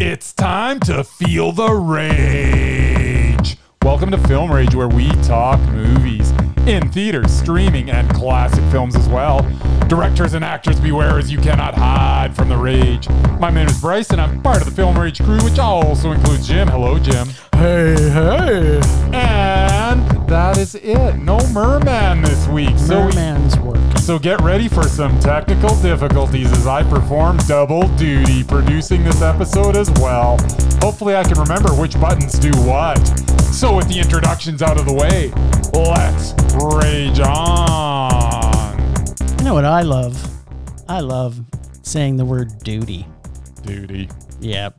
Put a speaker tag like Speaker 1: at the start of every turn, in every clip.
Speaker 1: It's time to feel the rage. Welcome to Film Rage, where we talk movies in theaters, streaming, and classic films as well. Directors and actors, beware as you cannot hide from the rage. My name is Bryce, and I'm part of the Film Rage crew, which also includes Jim. Hello, Jim.
Speaker 2: Hey, hey.
Speaker 1: And that is it. No merman this week. So, we-
Speaker 2: Merman's work.
Speaker 1: so get ready for some technical difficulties as I perform double duty producing this episode as well. Hopefully, I can remember which buttons do what. So, with the introductions out of the way, let's rage on.
Speaker 2: You know what I love? I love saying the word duty.
Speaker 1: Duty.
Speaker 2: Yeah.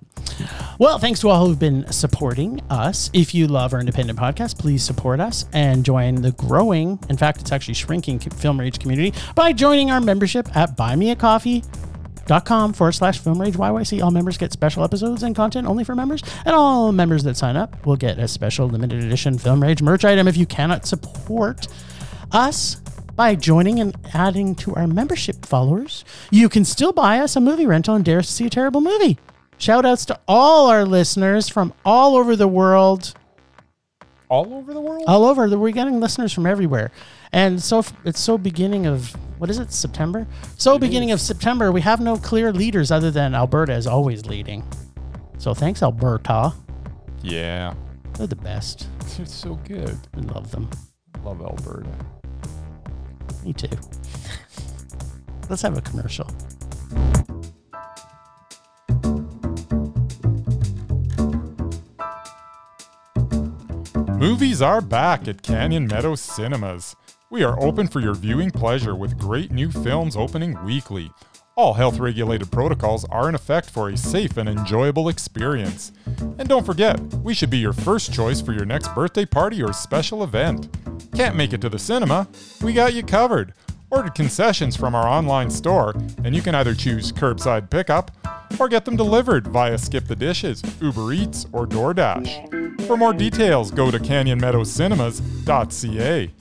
Speaker 2: Well, thanks to all who've been supporting us. If you love our independent podcast, please support us and join the growing, in fact, it's actually shrinking co- Film Rage community by joining our membership at buymeacoffee.com forward slash Film Rage YYC. All members get special episodes and content only for members, and all members that sign up will get a special limited edition Film Rage merch item. If you cannot support us by joining and adding to our membership followers, you can still buy us a movie rental and dare us to see a terrible movie. Shout outs to all our listeners from all over the world.
Speaker 1: All over the world?
Speaker 2: All over, we're getting listeners from everywhere. And so f- it's so beginning of, what is it, September? So beginning of September, we have no clear leaders other than Alberta is always leading. So thanks, Alberta.
Speaker 1: Yeah.
Speaker 2: They're the best.
Speaker 1: It's so good.
Speaker 2: We love them.
Speaker 1: Love Alberta.
Speaker 2: Me too. Let's have a commercial.
Speaker 1: Movies are back at Canyon Meadow Cinemas. We are open for your viewing pleasure with great new films opening weekly. All health regulated protocols are in effect for a safe and enjoyable experience. And don't forget, we should be your first choice for your next birthday party or special event. Can't make it to the cinema? We got you covered. Order concessions from our online store, and you can either choose curbside pickup or get them delivered via Skip the Dishes, Uber Eats, or DoorDash. For more details, go to canyonmeadowcinemas.ca.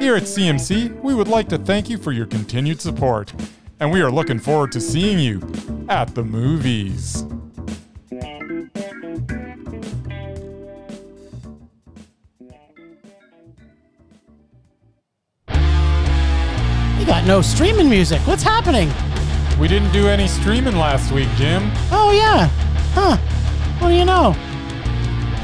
Speaker 1: Here at CMC, we would like to thank you for your continued support, and we are looking forward to seeing you at the movies.
Speaker 2: You got no streaming music. What's happening?
Speaker 1: We didn't do any streaming last week, Jim.
Speaker 2: Oh yeah. Huh. What do you know?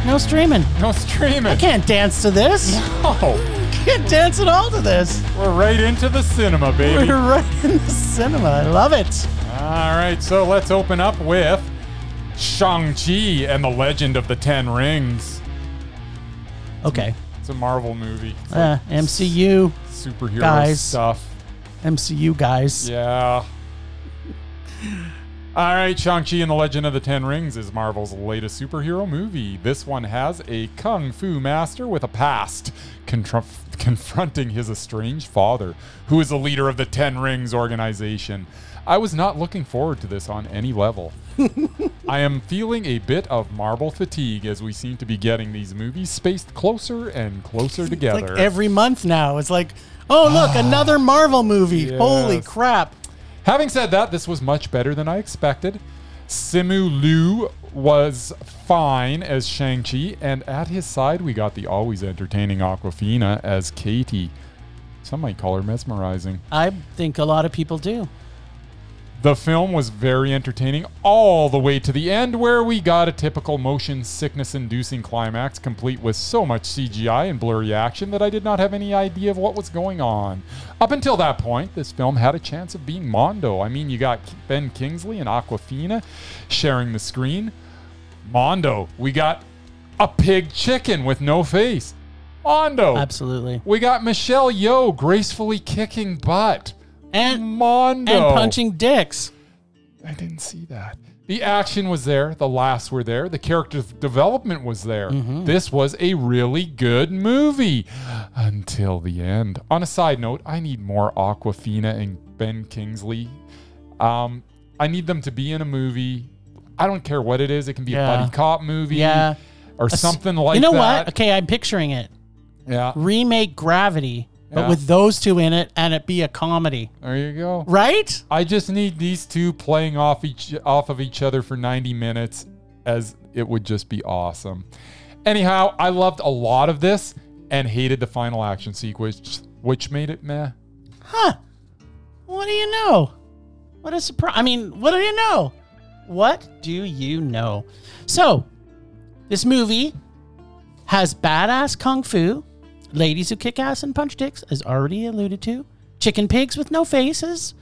Speaker 2: No streaming.
Speaker 1: No streaming.
Speaker 2: I can't dance to this.
Speaker 1: Oh,
Speaker 2: Can't dance at all to this.
Speaker 1: we're right into the cinema, baby.
Speaker 2: We're right in the cinema. I love it.
Speaker 1: All right, so let's open up with Shang-Chi and the Legend of the Ten Rings.
Speaker 2: Okay.
Speaker 1: It's a Marvel movie. It's
Speaker 2: Uh, MCU,
Speaker 1: superhero
Speaker 2: guys.
Speaker 1: stuff.
Speaker 2: MCU guys.
Speaker 1: Yeah. All right, Shang-Chi and the Legend of the Ten Rings is Marvel's latest superhero movie. This one has a kung fu master with a past contrf- confronting his estranged father, who is the leader of the Ten Rings organization. I was not looking forward to this on any level. I am feeling a bit of Marvel fatigue as we seem to be getting these movies spaced closer and closer
Speaker 2: Like
Speaker 1: together.
Speaker 2: every month now, it's like, oh look, another Marvel movie. Holy
Speaker 1: Yes.
Speaker 2: crap!
Speaker 1: Having said that, this was much better than I expected. Simu Liu was fine as Shang-Chi, and at his side, we got the always entertaining Aquafina as Katie. Some might call her mesmerizing.
Speaker 2: I think a lot of people do.
Speaker 1: The film was very entertaining all the way to the end, where we got a typical motion sickness inducing climax, complete with so much CGI and blurry action that I did not have any idea of what was going on. Up until that point, this film had a chance of being Mondo. I mean, you got Ben Kingsley and Aquafina sharing the screen. Mondo. We got a pig chicken with no face. Mondo.
Speaker 2: Absolutely.
Speaker 1: We got Michelle Yeoh gracefully kicking butt.
Speaker 2: And
Speaker 1: Mondo.
Speaker 2: and punching dicks.
Speaker 1: I didn't see that. The action was there. The laughs were there. The character f- development was there.
Speaker 2: Mm-hmm.
Speaker 1: This was a really good movie until the end. On a side note, I need more Aquafina and Ben Kingsley. Um, I need them to be in a movie. I don't care what it is. It can be
Speaker 2: Yeah.
Speaker 1: a buddy cop movie
Speaker 2: Yeah.
Speaker 1: or something like
Speaker 2: you know
Speaker 1: that.
Speaker 2: what? Okay, I'm picturing it.
Speaker 1: Yeah.
Speaker 2: remake Gravity, but
Speaker 1: Yeah.
Speaker 2: with those two in it, and it be a comedy,
Speaker 1: There you go.
Speaker 2: right?
Speaker 1: I just need these two playing off each off of each other for 90 minutes as it would just be awesome. Anyhow, I loved a lot of this and hated the final action sequence, which made it meh.
Speaker 2: Huh. What do you know? What a surprise. I mean, what do you know? What do you know? So, this movie has badass kung fu, ladies who kick ass and punch dicks, as already alluded to, chicken pigs with no faces,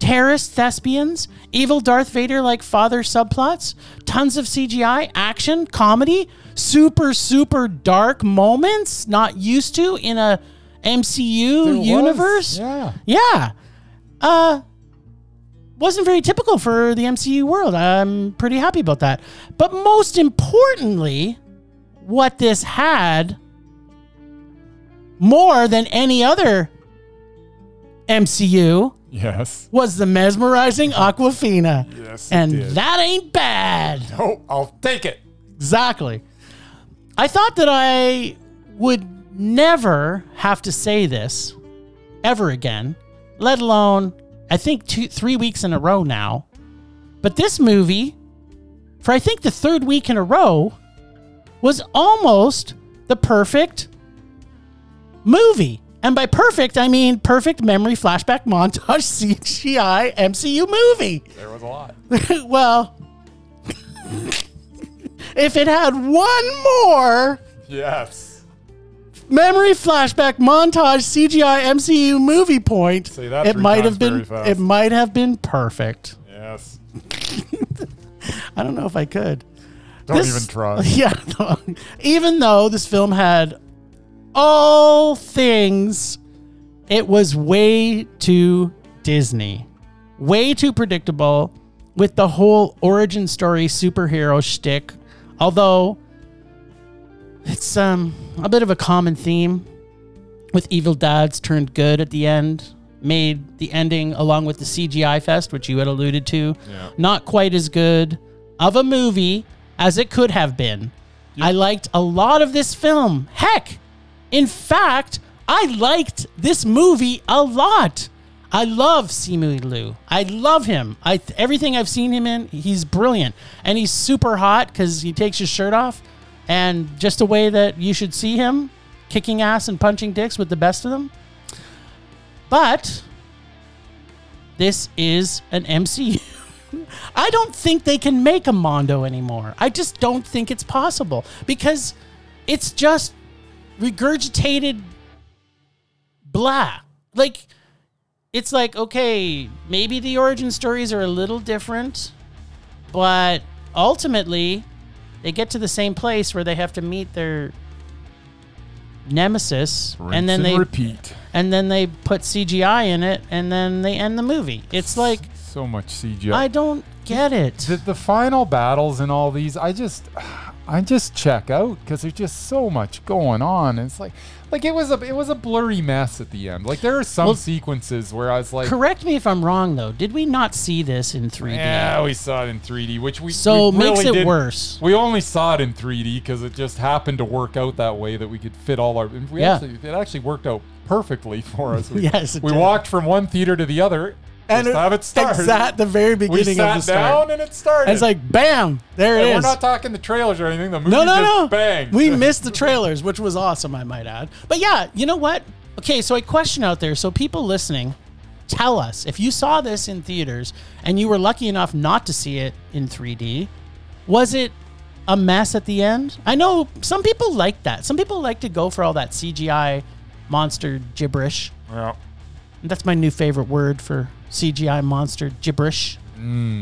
Speaker 2: terrorist thespians, evil Darth Vader like father subplots, tons of CGI, action, comedy, super, super dark moments not used to in a MCU
Speaker 1: There was,
Speaker 2: universe.
Speaker 1: Yeah.
Speaker 2: Yeah. Uh wasn't very typical for the MCU world. I'm pretty happy about that. But most importantly, what this had more than any other MCU
Speaker 1: Yes.
Speaker 2: was the mesmerizing Aquafina.
Speaker 1: Yes.
Speaker 2: And that ain't bad.
Speaker 1: Oh, I'll take it.
Speaker 2: Exactly. I thought that I would never have to say this ever again, let alone, I think, two, three weeks in a row now. But this movie, for I think the third week in a row, was almost the perfect movie. And by perfect, I mean perfect memory flashback montage CGI MCU movie
Speaker 1: There was a lot.
Speaker 2: well, if it had one more
Speaker 1: Yes.
Speaker 2: memory flashback montage CGI MCU movie point,
Speaker 1: Say that
Speaker 2: it
Speaker 1: three
Speaker 2: might
Speaker 1: times
Speaker 2: have been
Speaker 1: very fast.
Speaker 2: it might have been perfect.
Speaker 1: Yes.
Speaker 2: I don't know if I could.
Speaker 1: Don't
Speaker 2: This-
Speaker 1: even try.
Speaker 2: Yeah, no. even though this film had all things, it was way too Disney, way too predictable with the whole origin story superhero shtick. Although it's um a bit of a common theme with evil dads turned good at the end made the ending along with the CGI fest which you had alluded to
Speaker 1: Yeah.
Speaker 2: not quite as good of a movie as it could have been. I liked a lot of this film. Heck, in fact, I liked this movie a lot. I love Simu Liu. I love him. I everything I've seen him in, he's brilliant, and he's super hot because he takes his shirt off, and just the way that you should see him, kicking ass and punching dicks with the best of them. But this is an MCU. I don't think they can make a Mondo anymore. I just don't think it's possible because it's just regurgitated blah. Like, it's like, okay, maybe the origin stories are a little different, but ultimately, they get to the same place where they have to meet their nemesis and then they
Speaker 1: repeat.
Speaker 2: and then they put CGI in it and then they end the movie. It's like
Speaker 1: So much CGI.
Speaker 2: I don't get it.
Speaker 1: the, the final battles and all these i just i just check out because there's just so much going on it's like like it was a it was a blurry mess at the end like there are some
Speaker 2: Well-
Speaker 1: sequences where i was like
Speaker 2: Correct me if I'm wrong though. Did we not see this in 3D?
Speaker 1: yeah we saw it in 3d which we
Speaker 2: So
Speaker 1: we
Speaker 2: makes
Speaker 1: really
Speaker 2: it
Speaker 1: didn't-
Speaker 2: worse.
Speaker 1: we only saw it in 3d because it just happened to work out that way that we could fit all our we
Speaker 2: Yeah.
Speaker 1: actually it actually worked out perfectly for us we,
Speaker 2: Yes, it
Speaker 1: we
Speaker 2: did.
Speaker 1: walked from one theater to the other and just have it start
Speaker 2: It's at the very
Speaker 1: we
Speaker 2: beginning
Speaker 1: sat
Speaker 2: of the
Speaker 1: down
Speaker 2: start.
Speaker 1: and it started
Speaker 2: And it's like bam, there it
Speaker 1: And we're
Speaker 2: is.
Speaker 1: not talking the trailers or anything. The movie
Speaker 2: no, no,
Speaker 1: just
Speaker 2: no.
Speaker 1: banged.
Speaker 2: We missed the trailers, which was awesome, I might add. But yeah, you know what? Okay, so I question out there. So people listening, tell us if you saw this in theaters and you were lucky enough not to see it in 3D, was it a mess at the end? I know some people like that. Some people like to go for all that CGI monster gibberish.
Speaker 1: Yeah.
Speaker 2: That's my new favorite word for CGI monster gibberish.
Speaker 1: Mm.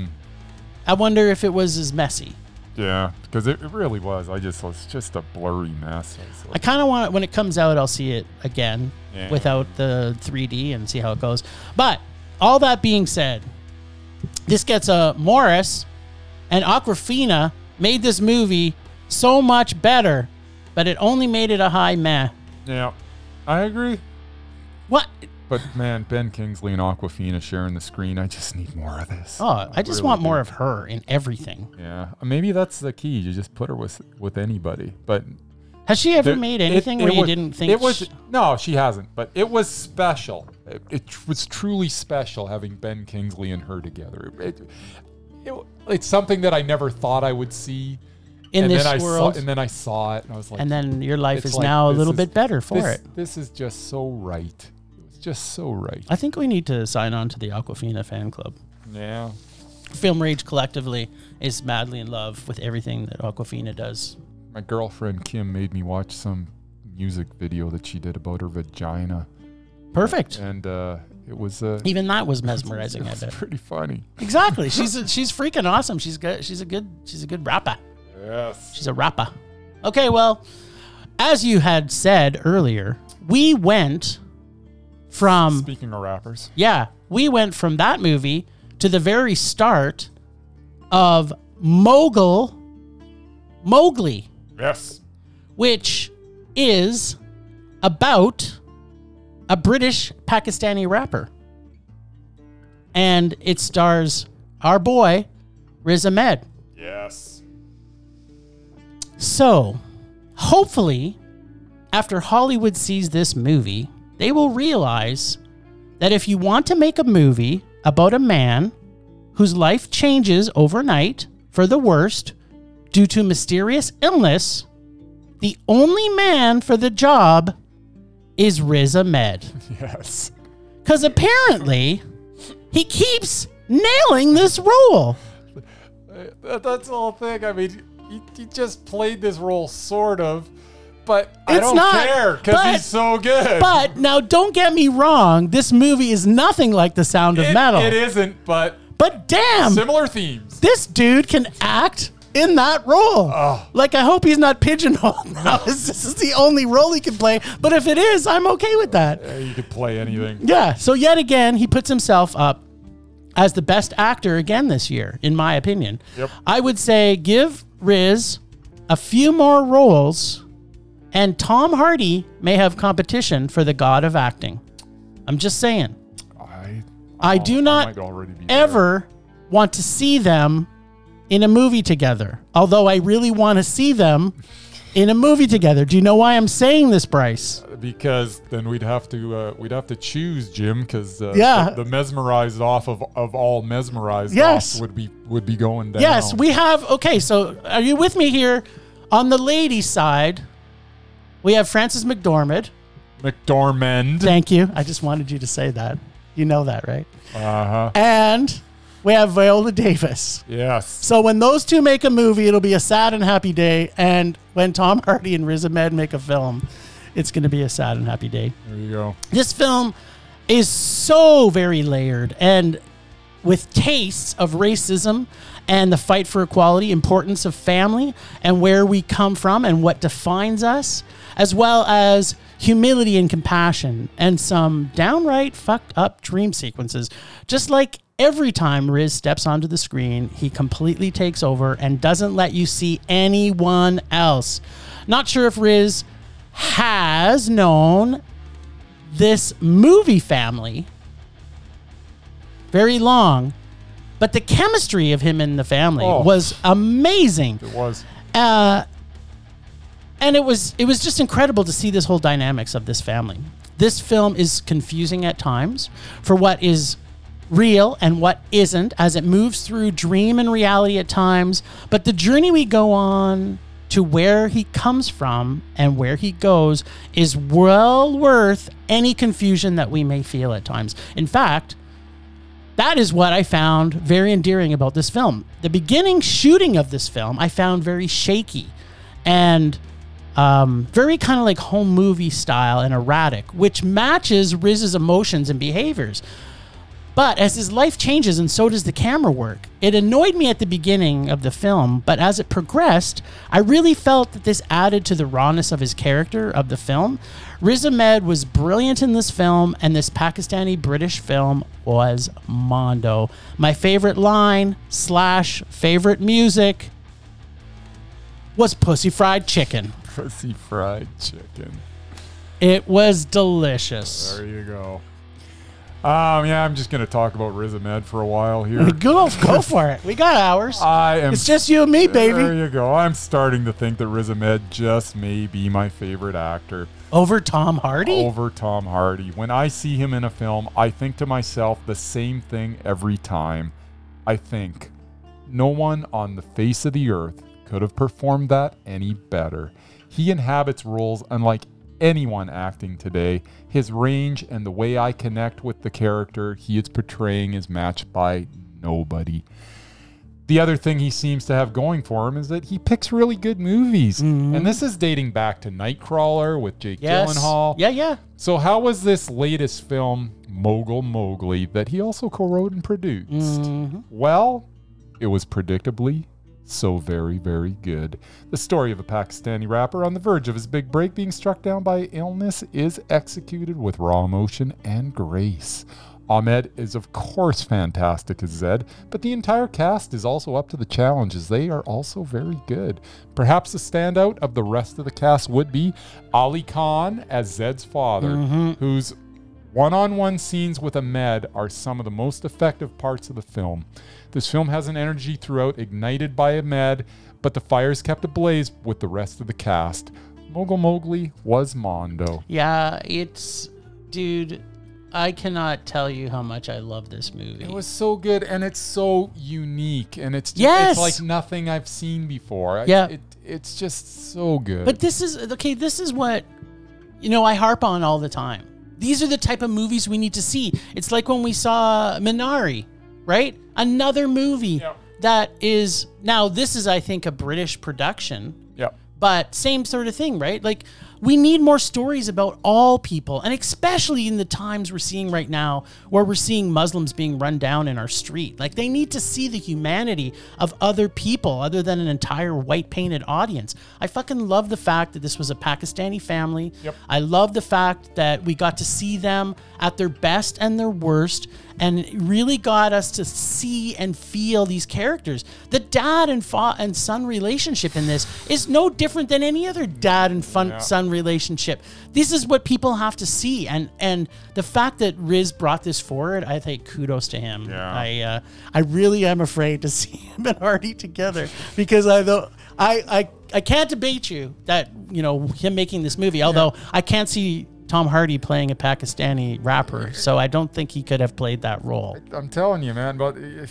Speaker 2: I wonder if it was as messy.
Speaker 1: Yeah, because it, it really was. I just was just a blurry mess. I was
Speaker 2: I
Speaker 1: like,
Speaker 2: kind of want when it comes out, I'll see it again
Speaker 1: Yeah.
Speaker 2: without the 3D and see how it goes. But all that being said, this gets a Morris and Aquafina made this movie so much better, but it only made it a high meh.
Speaker 1: yeah, I agree.
Speaker 2: What?
Speaker 1: But man, Ben Kingsley and Aquafina sharing the screen. I just need more of this.
Speaker 2: Oh, I just
Speaker 1: really
Speaker 2: want
Speaker 1: do.
Speaker 2: more of her in everything.
Speaker 1: Yeah, uh, maybe that's the key. You just put her with with anybody. But
Speaker 2: Has she ever
Speaker 1: there-
Speaker 2: made
Speaker 1: it-
Speaker 2: anything
Speaker 1: it
Speaker 2: where you
Speaker 1: was-
Speaker 2: didn't think
Speaker 1: it was?
Speaker 2: she-
Speaker 1: no, she hasn't. But it was special. It, it tr- was truly special having Ben Kingsley and her together. It, it, it's something that I never thought I would see.
Speaker 2: in
Speaker 1: and
Speaker 2: this
Speaker 1: then I
Speaker 2: world.
Speaker 1: Saw, and then I saw it, and I was like,
Speaker 2: and then your life
Speaker 1: it's
Speaker 2: is
Speaker 1: like,
Speaker 2: now a
Speaker 1: this
Speaker 2: little
Speaker 1: is-
Speaker 2: bit better for
Speaker 1: this,
Speaker 2: it.
Speaker 1: this is just so right. It was just so right.
Speaker 2: I think we need to sign on to the Aquafina fan club.
Speaker 1: Yeah.
Speaker 2: Film Rage collectively is madly in love with everything that Aquafina does.
Speaker 1: My girlfriend Kim made me watch some music video that she did about her vagina,
Speaker 2: Perfect.
Speaker 1: and uh, it was uh,
Speaker 2: Even that was mesmerizing, I
Speaker 1: It was
Speaker 2: bet.
Speaker 1: pretty funny.
Speaker 2: Exactly. She's a, she's freaking awesome. She's good. She's a good. She's a good rapper.
Speaker 1: Yes.
Speaker 2: She's a rapper. Okay. Well, as you had said earlier, we went from
Speaker 1: Speaking of rappers,
Speaker 2: Yeah, we went from that movie to the very start of Mogul Mowgli,
Speaker 1: yes,
Speaker 2: which is about a British Pakistani rapper. And it stars our boy Riz Ahmed.
Speaker 1: yes.
Speaker 2: So, hopefully, after Hollywood sees this movie, they will realize that if you want to make a movie about a man whose life changes overnight for the worst due to mysterious illness, the only man for the job is Riz Ahmed.
Speaker 1: Yes.
Speaker 2: Because apparently, he keeps nailing this role.
Speaker 1: That, that's the whole thing. I mean, he, he just played this role sort of, but I
Speaker 2: It's
Speaker 1: don't
Speaker 2: not,
Speaker 1: care because
Speaker 2: but-
Speaker 1: he's so good.
Speaker 2: But now, don't get me wrong, this movie is nothing like The Sound of
Speaker 1: It-
Speaker 2: Metal.
Speaker 1: it isn't, but
Speaker 2: But damn,
Speaker 1: similar themes.
Speaker 2: this dude can act in that role.
Speaker 1: Oh.
Speaker 2: Like, I hope he's not pigeonholed now. this is the only role he can play. But if it is, I'm okay with that.
Speaker 1: Yeah, you could play anything.
Speaker 2: Yeah. So, yet again, he puts himself up as the best actor again this year, in my opinion.
Speaker 1: Yep.
Speaker 2: I would say give Riz a few more roles, and Tom Hardy may have competition for the god of acting. I'm just saying.
Speaker 1: I,
Speaker 2: I do
Speaker 1: I
Speaker 2: not
Speaker 1: might already be there.
Speaker 2: ever want to see them in a movie together. Although I really want to see them in a movie together. Do you know why I'm saying this, Bryce?
Speaker 1: because then we'd have to uh, we'd have to choose Jim because uh,
Speaker 2: Yeah.
Speaker 1: the, the mesmerized off of, of all mesmerized
Speaker 2: Yes.
Speaker 1: off would be would be going down.
Speaker 2: Yes, we have. Okay, so are you with me here? On the lady side, we have Frances McDormand.
Speaker 1: McDormand.
Speaker 2: Thank you. I just wanted you to say that. You know that, right?
Speaker 1: Uh huh.
Speaker 2: And we have Viola Davis.
Speaker 1: Yes.
Speaker 2: So when those two make a movie, it'll be a sad and happy day. And when Tom Hardy and Riz Ahmed make a film, it's going to be a sad and happy day.
Speaker 1: There you go.
Speaker 2: This film is so very layered and with tastes of racism and the fight for equality, importance of family and where we come from and what defines us, as well as humility and compassion and some downright fucked up dream sequences. Just like every time Riz steps onto the screen, he completely takes over and doesn't let you see anyone else. Not sure if Riz has known this movie family very long, but the chemistry of him and the family
Speaker 1: Oh.
Speaker 2: was amazing,
Speaker 1: It was.
Speaker 2: and it was it was just incredible to see this whole dynamics of this family. This film is confusing at times for what is real and what isn't as it moves through dream and reality at times, but the journey we go on to where he comes from and where he goes is well worth any confusion that we may feel at times. In fact, that is what I found very endearing about this film. The beginning shooting of this film I found very shaky and um, very kind of like home movie style and erratic, which matches Riz's emotions and behaviors. But as his life changes, and so does the camera work, it annoyed me at the beginning of the film. But as it progressed, I really felt that this added to the rawness of his character of the film. Riz Ahmed was brilliant in this film, and this Pakistani British film was Mondo. My favorite line slash favorite music was "Pussy Fried Chicken."
Speaker 1: Pussy fried chicken.
Speaker 2: It was delicious.
Speaker 1: There you go. Um, yeah, I'm just gonna talk about Riz Ahmed for a while here.
Speaker 2: Go go for it. We got hours.
Speaker 1: I am.
Speaker 2: Oh It's just you and me,
Speaker 1: There
Speaker 2: baby.
Speaker 1: you go. I'm starting to think that Riz Ahmed just may be my favorite actor.
Speaker 2: Over Tom Hardy.
Speaker 1: over Tom Hardy. When I see him in a film, I think to myself the same thing every time. I think, No one on the face of the earth could have performed that any better. He inhabits roles unlike anyone acting today. His range and the way I connect with the character he is portraying is matched by nobody. The other thing he seems to have going for him is that he picks really good movies. And this is dating back to Nightcrawler with Jake
Speaker 2: Mm-hmm. Yes.
Speaker 1: Gyllenhaal.
Speaker 2: Yeah, yeah.
Speaker 1: So, how was this latest film, Mogul Mowgli, that he also co wrote and produced? Well, it was predictably so very, very good. The story of a Pakistani rapper on the verge of his big break being struck down by illness is executed with raw emotion and grace. Ahmed is, of course, fantastic as Zed, but the entire cast is also up to the challenge as they are also very good. Perhaps the standout of the rest of the cast would be Ali Khan as Zed's father, whose one on one scenes with Ahmed are some of the most effective parts of the film. This film has an energy throughout ignited by Ahmed, but the fire is kept ablaze with the rest of the cast. Mogul Mowgli was Mondo.
Speaker 2: Yeah, it's dude, I cannot tell you how much I love this movie.
Speaker 1: It was so good and it's so unique and it's just,
Speaker 2: Yes!
Speaker 1: it's like nothing I've seen before. I-
Speaker 2: Yeah.
Speaker 1: It, it's just so good.
Speaker 2: but this is okay, this is what you know, I harp on all the time. These are the type of movies we need to see. It's like when we saw Minari, right? Another movie
Speaker 1: Yeah.
Speaker 2: that is now this is I think a British production.
Speaker 1: yeah.
Speaker 2: But same sort of thing, right? Like we need more stories about all people, and especially in the times we're seeing right now where we're seeing Muslims being run down in our street. Like they need to see the humanity of other people other than an entire white painted audience. I fucking love the fact that this was a Pakistani family.
Speaker 1: Yep.
Speaker 2: I love the fact that we got to see them at their best and their worst and it really got us to see and feel these characters. The dad and fa- and son relationship in this is no different than any other dad and fun- son relationship. This is what people have to see and and the fact that Riz brought this forward, I think kudos to him.
Speaker 1: Yeah.
Speaker 2: I uh, I really am afraid to see him and Hardy together because I though I, I I can't debate you that you know him making this movie. Although I can't see Tom Hardy playing a Pakistani rapper, so I don't think he could have played that role.
Speaker 1: I'm telling you, man, but uh,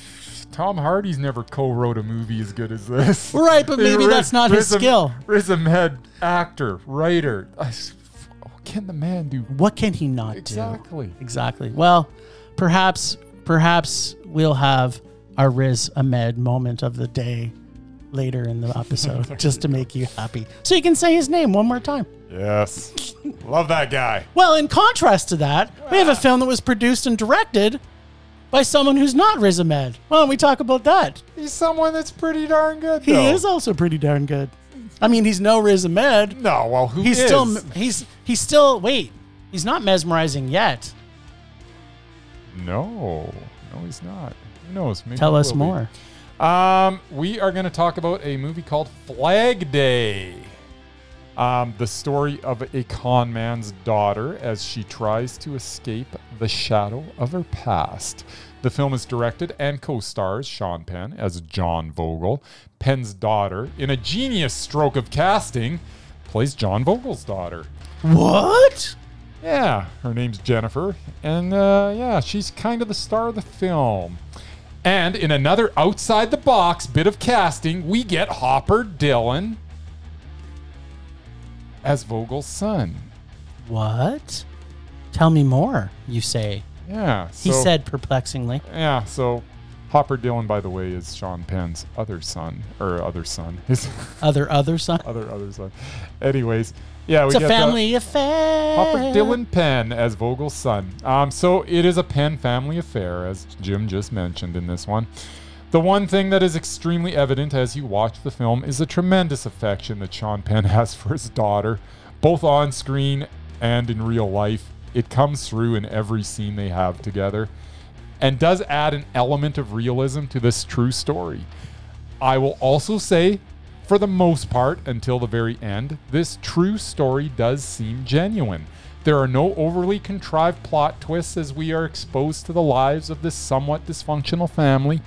Speaker 1: Tom Hardy's never co-wrote a movie as good as this.
Speaker 2: Right, but maybe that's not his skill.
Speaker 1: Riz Ahmed, actor, writer. I s- what can the man do?
Speaker 2: What can he not do?
Speaker 1: Exactly.
Speaker 2: Exactly. Well, perhaps perhaps we'll have our Riz Ahmed moment of the day later in the episode just to make you happy, so you can say his name one more time.
Speaker 1: Yes. Love that guy.
Speaker 2: Well, in contrast to that, we have a film that was produced and directed by someone who's not Riz Ahmed. Why don't we talk about that?
Speaker 1: He's someone that's pretty darn good,
Speaker 2: He
Speaker 1: though.
Speaker 2: is also pretty darn good. I mean, he's no Riz Ahmed.
Speaker 1: No, well, who
Speaker 2: He's
Speaker 1: is?
Speaker 2: still he's he's still wait, he's not mesmerizing yet.
Speaker 1: No. No, he's not. Who knows? Maybe
Speaker 2: Tell
Speaker 1: he will
Speaker 2: us
Speaker 1: be.
Speaker 2: more.
Speaker 1: Um, we are going to talk about a movie called Flag Day. Um, the story of a con man's daughter as she tries to escape the shadow of her past. The film is directed and co stars Sean Penn as John Vogel. Penn's daughter, in a genius stroke of casting, plays John Vogel's daughter.
Speaker 2: What?
Speaker 1: Yeah, her name's Jennifer, and uh, yeah, she's kind of the star of the film. And in another outside the box bit of casting, we get Hopper Dillon as Vogel's son.
Speaker 2: What? Tell me more, you say.
Speaker 1: Yeah, so,
Speaker 2: He said perplexingly.
Speaker 1: Yeah, so Hopper Dillon, by the way, is Sean Penn's other son or other son, his
Speaker 2: Other other son.
Speaker 1: other other son. Anyways, yeah, we
Speaker 2: It's a
Speaker 1: get the-
Speaker 2: family affair.
Speaker 1: Hopper Dylan Penn as Vogel's son. Um, so it is a Penn family affair, as Jim just mentioned in this one. The one thing that is extremely evident as you watch the film is the tremendous affection that Sean Penn has for his daughter, both on screen and in real life. It comes through in every scene they have together and does add an element of realism to this true story. I will also say, for the most part, until the very end, this true story does seem genuine. There are no overly contrived plot twists as we are exposed to the lives of this somewhat dysfunctional family.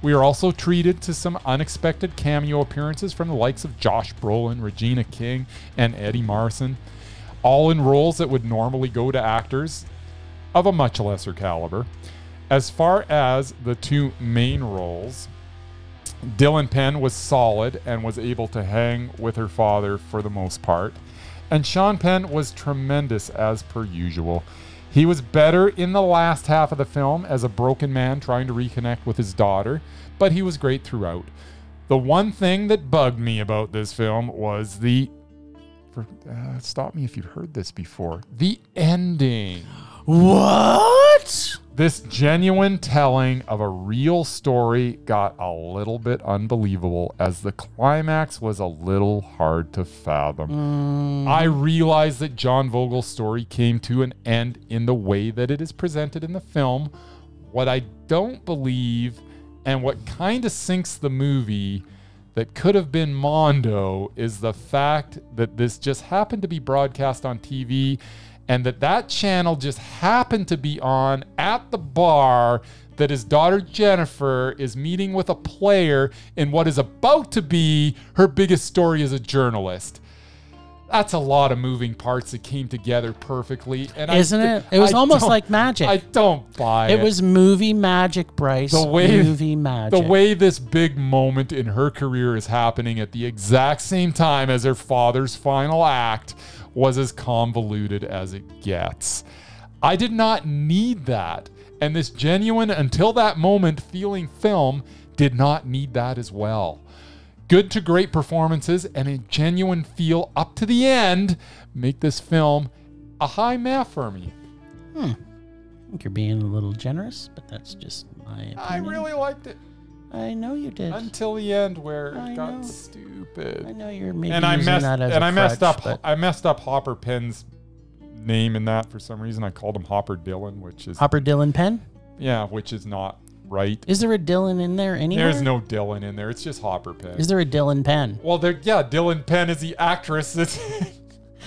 Speaker 1: We are also treated to some unexpected cameo appearances from the likes of Josh Brolin, Regina King, and Eddie Marson, all in roles that would normally go to actors of a much lesser caliber. As far as the two main roles, Dylan Penn was solid and was able to hang with her father for the most part. And Sean Penn was tremendous as per usual. He was better in the last half of the film as a broken man trying to reconnect with his daughter, but he was great throughout. The one thing that bugged me about this film was the. For, uh, stop me if you've heard this before. The ending.
Speaker 2: What?
Speaker 1: This genuine telling of a real story got a little bit unbelievable as the climax was a little hard to fathom. I realized that John Vogel's story came to an end in the way that it is presented in the film. What I don't believe and what kind of sinks the movie that could have been Mondo is the fact that this just happened to be broadcast on TV and that that channel just happened to be on at the bar that his daughter Jennifer is meeting with a player in what is about to be her biggest story as a journalist. That's a lot of moving parts that came together perfectly, and I
Speaker 2: Isn't
Speaker 1: d-
Speaker 2: it? It was
Speaker 1: I
Speaker 2: almost
Speaker 1: don't-
Speaker 2: like magic.
Speaker 1: I don't buy
Speaker 2: It was movie magic, Bryce.
Speaker 1: The way-
Speaker 2: movie magic.
Speaker 1: the way this big moment in her career is happening at the exact same time as her father's final act was as convoluted as it gets. I did not need that. And this genuine, until that moment, feeling film did not need that as well. Good to great performances and a genuine feel up to the end make this film a high math for me.
Speaker 2: I think you're being a little generous, but that's just my. Opinion.
Speaker 1: I really liked it
Speaker 2: I know you did.
Speaker 1: until the end where it
Speaker 2: I
Speaker 1: got
Speaker 2: know.
Speaker 1: stupid.
Speaker 2: I know you're maybe
Speaker 1: and I
Speaker 2: using
Speaker 1: messed
Speaker 2: that as
Speaker 1: and
Speaker 2: I
Speaker 1: I messed up
Speaker 2: But
Speaker 1: I messed up Hopper Penn's name in that for some reason. I called him Hopper Dylan, which is
Speaker 2: Hopper Dylan Penn.
Speaker 1: yeah, which is not right.
Speaker 2: Is there a Dylan in there anywhere?
Speaker 1: There's no Dylan in there. It's just Hopper Penn.
Speaker 2: Is there a Dylan Penn?
Speaker 1: well, there yeah, Dylan Penn is the actress. That's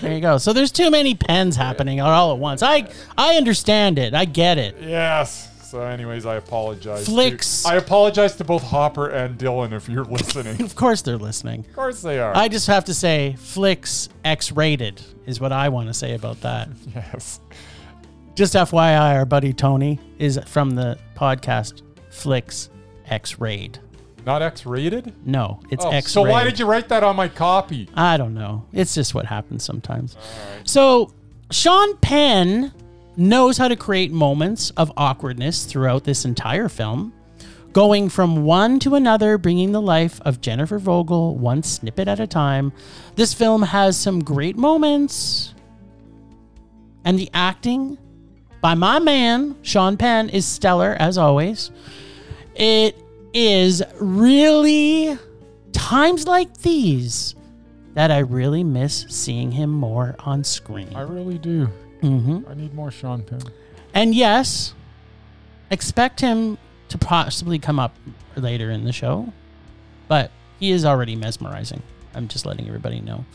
Speaker 2: There you go. So there's too many pens happening all at once. I I understand it. I get it.
Speaker 1: yes. So, anyways, I apologize. to-
Speaker 2: Flicks.
Speaker 1: I apologize to both Hopper and Dylan if you're listening.
Speaker 2: Of course they're listening.
Speaker 1: of course they are.
Speaker 2: I just have to say, Flicks X-rated is what I want to say about that.
Speaker 1: yes.
Speaker 2: Just FYI, our buddy Tony is from the podcast Flicks X-raid.
Speaker 1: Not X-rated.
Speaker 2: No, it's
Speaker 1: Oh,
Speaker 2: X-raid.
Speaker 1: so why did you write that on my copy?
Speaker 2: I don't know. It's just what happens sometimes. So Sean Penn knows how to create moments of awkwardness throughout this entire film, going from one to another, bringing the life of Jennifer Vogel one snippet at a time. This film has some great moments, and the acting by my man Sean Penn is stellar as always. It is really times like these that I really miss seeing him more on screen. Mm-hmm.
Speaker 1: I really do. I need more Sean Penn.
Speaker 2: And yes, expect him to possibly come up later in the show, but he is already mesmerizing. I'm just letting everybody know.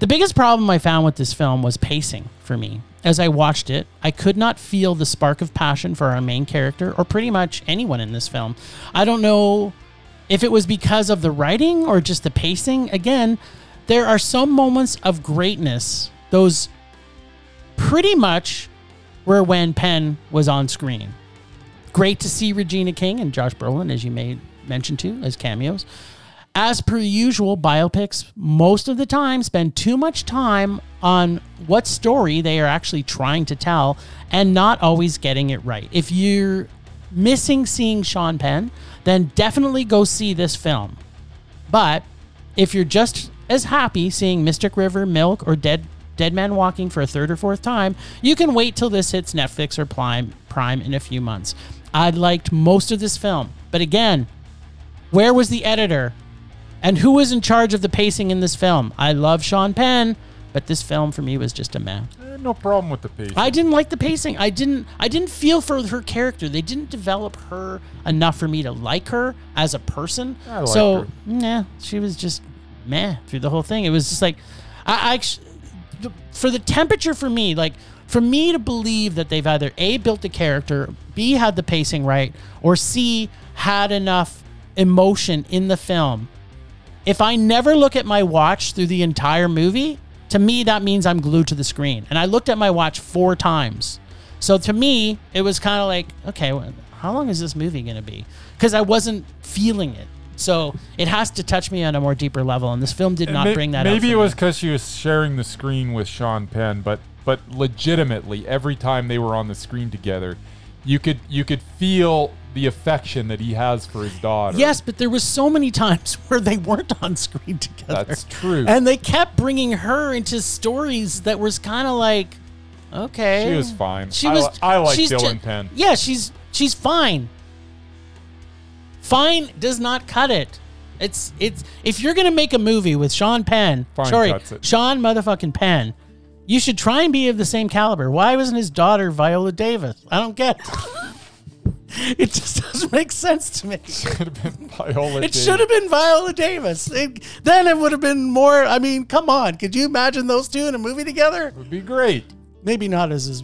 Speaker 2: The biggest problem I found with this film was pacing for me. As I watched it, I could not feel the spark of passion for our main character or pretty much anyone in this film. I don't know if it was because of the writing or just the pacing. Again, there are some moments of greatness, those pretty much were when Penn was on screen. Great to see Regina King and Josh Brolin, as you made mention to, as cameos. As per usual, biopics most of the time spend too much time on what story they are actually trying to tell and not always getting it right. If you're missing seeing Sean Penn, then definitely go see this film. But if you're just as happy seeing Mystic River, Milk, or Dead Dead Man Walking for a third or fourth time, you can wait till this hits Netflix or Prime Prime in a few months. I liked most of this film, but again, where was the editor? And who was in charge of the pacing in this film? I love Sean Penn, but this film for me was just a meh.
Speaker 1: Eh, No problem with the pacing.
Speaker 2: I didn't like the pacing. I didn't I didn't feel for her character. They didn't develop her enough for me to like her as a person.
Speaker 1: I liked
Speaker 2: so
Speaker 1: her.
Speaker 2: nah, she was just meh through the whole thing. It was just like I, I actu- the- for the temperature for me, like for me to believe that they've either A built the character, B had the pacing right, or C had enough emotion in the film if I never look at my watch through the entire movie, to me, that means I'm glued to the screen. And I looked at my watch four times. So to me, it was kind of like, okay, well, how long is this movie going to be? Because I wasn't feeling it. So it has to touch me on a more deeper level, and this film did not
Speaker 1: May-
Speaker 2: bring that.
Speaker 1: Maybe it
Speaker 2: up for
Speaker 1: was
Speaker 2: me.
Speaker 1: because she was sharing the screen with Sean Penn, but but legitimately, every time they were on the screen together, you could you could feel the affection that he has for his daughter.
Speaker 2: Yes, but there was so many times where they weren't on screen together.
Speaker 1: that's true.
Speaker 2: and they kept bringing her into stories that was kind of like, okay,
Speaker 1: She was fine.
Speaker 2: She
Speaker 1: I
Speaker 2: was.
Speaker 1: li- I like
Speaker 2: she's
Speaker 1: Dylan
Speaker 2: ju-
Speaker 1: Penn.
Speaker 2: Yeah, she's she's fine. Fine does not cut it. It's it's if you're gonna make a movie with Sean Penn,
Speaker 1: Fine
Speaker 2: sorry,
Speaker 1: cuts it.
Speaker 2: Sean motherfucking Penn, you should try and be of the same caliber. Why wasn't his daughter Viola Davis? I don't get it. it just doesn't make sense to me.
Speaker 1: could have been Viola.
Speaker 2: It
Speaker 1: Davis.
Speaker 2: should have been Viola Davis. It- then it would have been more. I mean, come on. Could you imagine those two in a movie together?
Speaker 1: would be great.
Speaker 2: Maybe not as his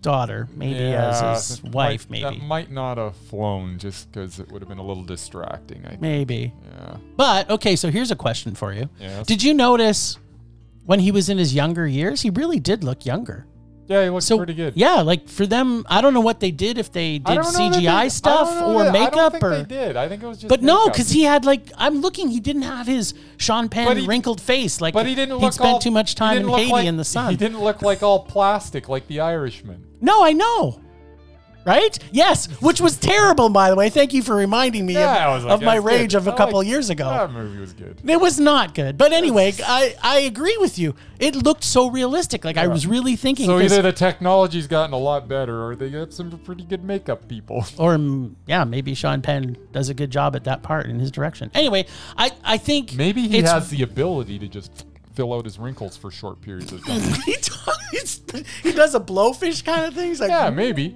Speaker 2: daughter, maybe
Speaker 1: Yeah,
Speaker 2: as his
Speaker 1: that
Speaker 2: wife,
Speaker 1: might-
Speaker 2: maybe.
Speaker 1: that might not have flown just because it would have been a little distracting. I think.
Speaker 2: Maybe.
Speaker 1: Yeah.
Speaker 2: But okay, so here's a question for you.
Speaker 1: Yes.
Speaker 2: Did you notice when he was in his younger years, he really did look younger?
Speaker 1: Yeah, he looks
Speaker 2: So
Speaker 1: pretty good.
Speaker 2: Yeah, like for them, I don't know what they did if they
Speaker 1: I
Speaker 2: did
Speaker 1: don't know that they- I
Speaker 2: CGI
Speaker 1: don't
Speaker 2: stuff
Speaker 1: know
Speaker 2: or
Speaker 1: that- I don't
Speaker 2: makeup
Speaker 1: think
Speaker 2: or
Speaker 1: they did. I think it was just.
Speaker 2: But no,
Speaker 1: makeup.
Speaker 2: because he had like I'm looking, he didn't have his Sean Penn
Speaker 1: But he-
Speaker 2: wrinkled face. Like,
Speaker 1: But he didn't
Speaker 2: he'd
Speaker 1: look
Speaker 2: spent
Speaker 1: all,
Speaker 2: too much
Speaker 1: he
Speaker 2: time in
Speaker 1: didn't look
Speaker 2: Haiti
Speaker 1: like-
Speaker 2: in the sun.
Speaker 1: He didn't look like all plastic like the Irishman.
Speaker 2: No, I know. Right? Yes, which was terrible, by the way. Thank you for reminding me
Speaker 1: Yeah, I
Speaker 2: of,
Speaker 1: was like,
Speaker 2: of my
Speaker 1: that's
Speaker 2: rage
Speaker 1: good.
Speaker 2: of a
Speaker 1: I
Speaker 2: couple
Speaker 1: like-
Speaker 2: years ago.
Speaker 1: That movie was good.
Speaker 2: It was not good. But anyway, I, I agree with you. It looked so realistic. Like I was really thinking.
Speaker 1: So
Speaker 2: 'cause-
Speaker 1: either the technology's gotten a lot better, or they got some pretty good makeup people.
Speaker 2: or mm, yeah, maybe Sean Penn does a good job at that part in his direction. Anyway, I, I think
Speaker 1: Maybe he
Speaker 2: it's-
Speaker 1: has the ability to just fill out his wrinkles for short periods of time.
Speaker 2: he, does, he does a blowfish kind of thing. He's like,
Speaker 1: yeah, maybe.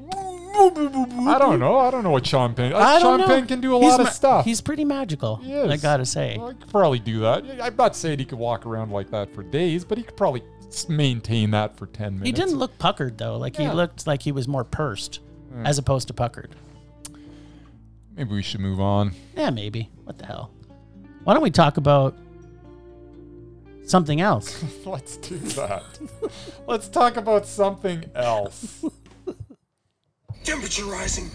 Speaker 2: boop, boop, boop, boop.
Speaker 1: I don't know. I don't know what Sean Penn.
Speaker 2: I
Speaker 1: Sean
Speaker 2: don't know.
Speaker 1: Penn can do a
Speaker 2: He's
Speaker 1: lot
Speaker 2: ma-
Speaker 1: of stuff.
Speaker 2: He's pretty magical.
Speaker 1: He is.
Speaker 2: I gotta say.
Speaker 1: Well, he could probably do that. I'm not saying he could walk around like that for days, but he could probably s- maintain that for ten minutes.
Speaker 2: He didn't look puckered though. Like he
Speaker 1: Yeah. Hmm.
Speaker 2: looked like he was more pursed as opposed to puckered.
Speaker 1: Maybe we should move on.
Speaker 2: Yeah, maybe. What the hell? Why don't we talk about something else?
Speaker 1: Let's do that. Let's talk about something else.
Speaker 3: Temperature rising.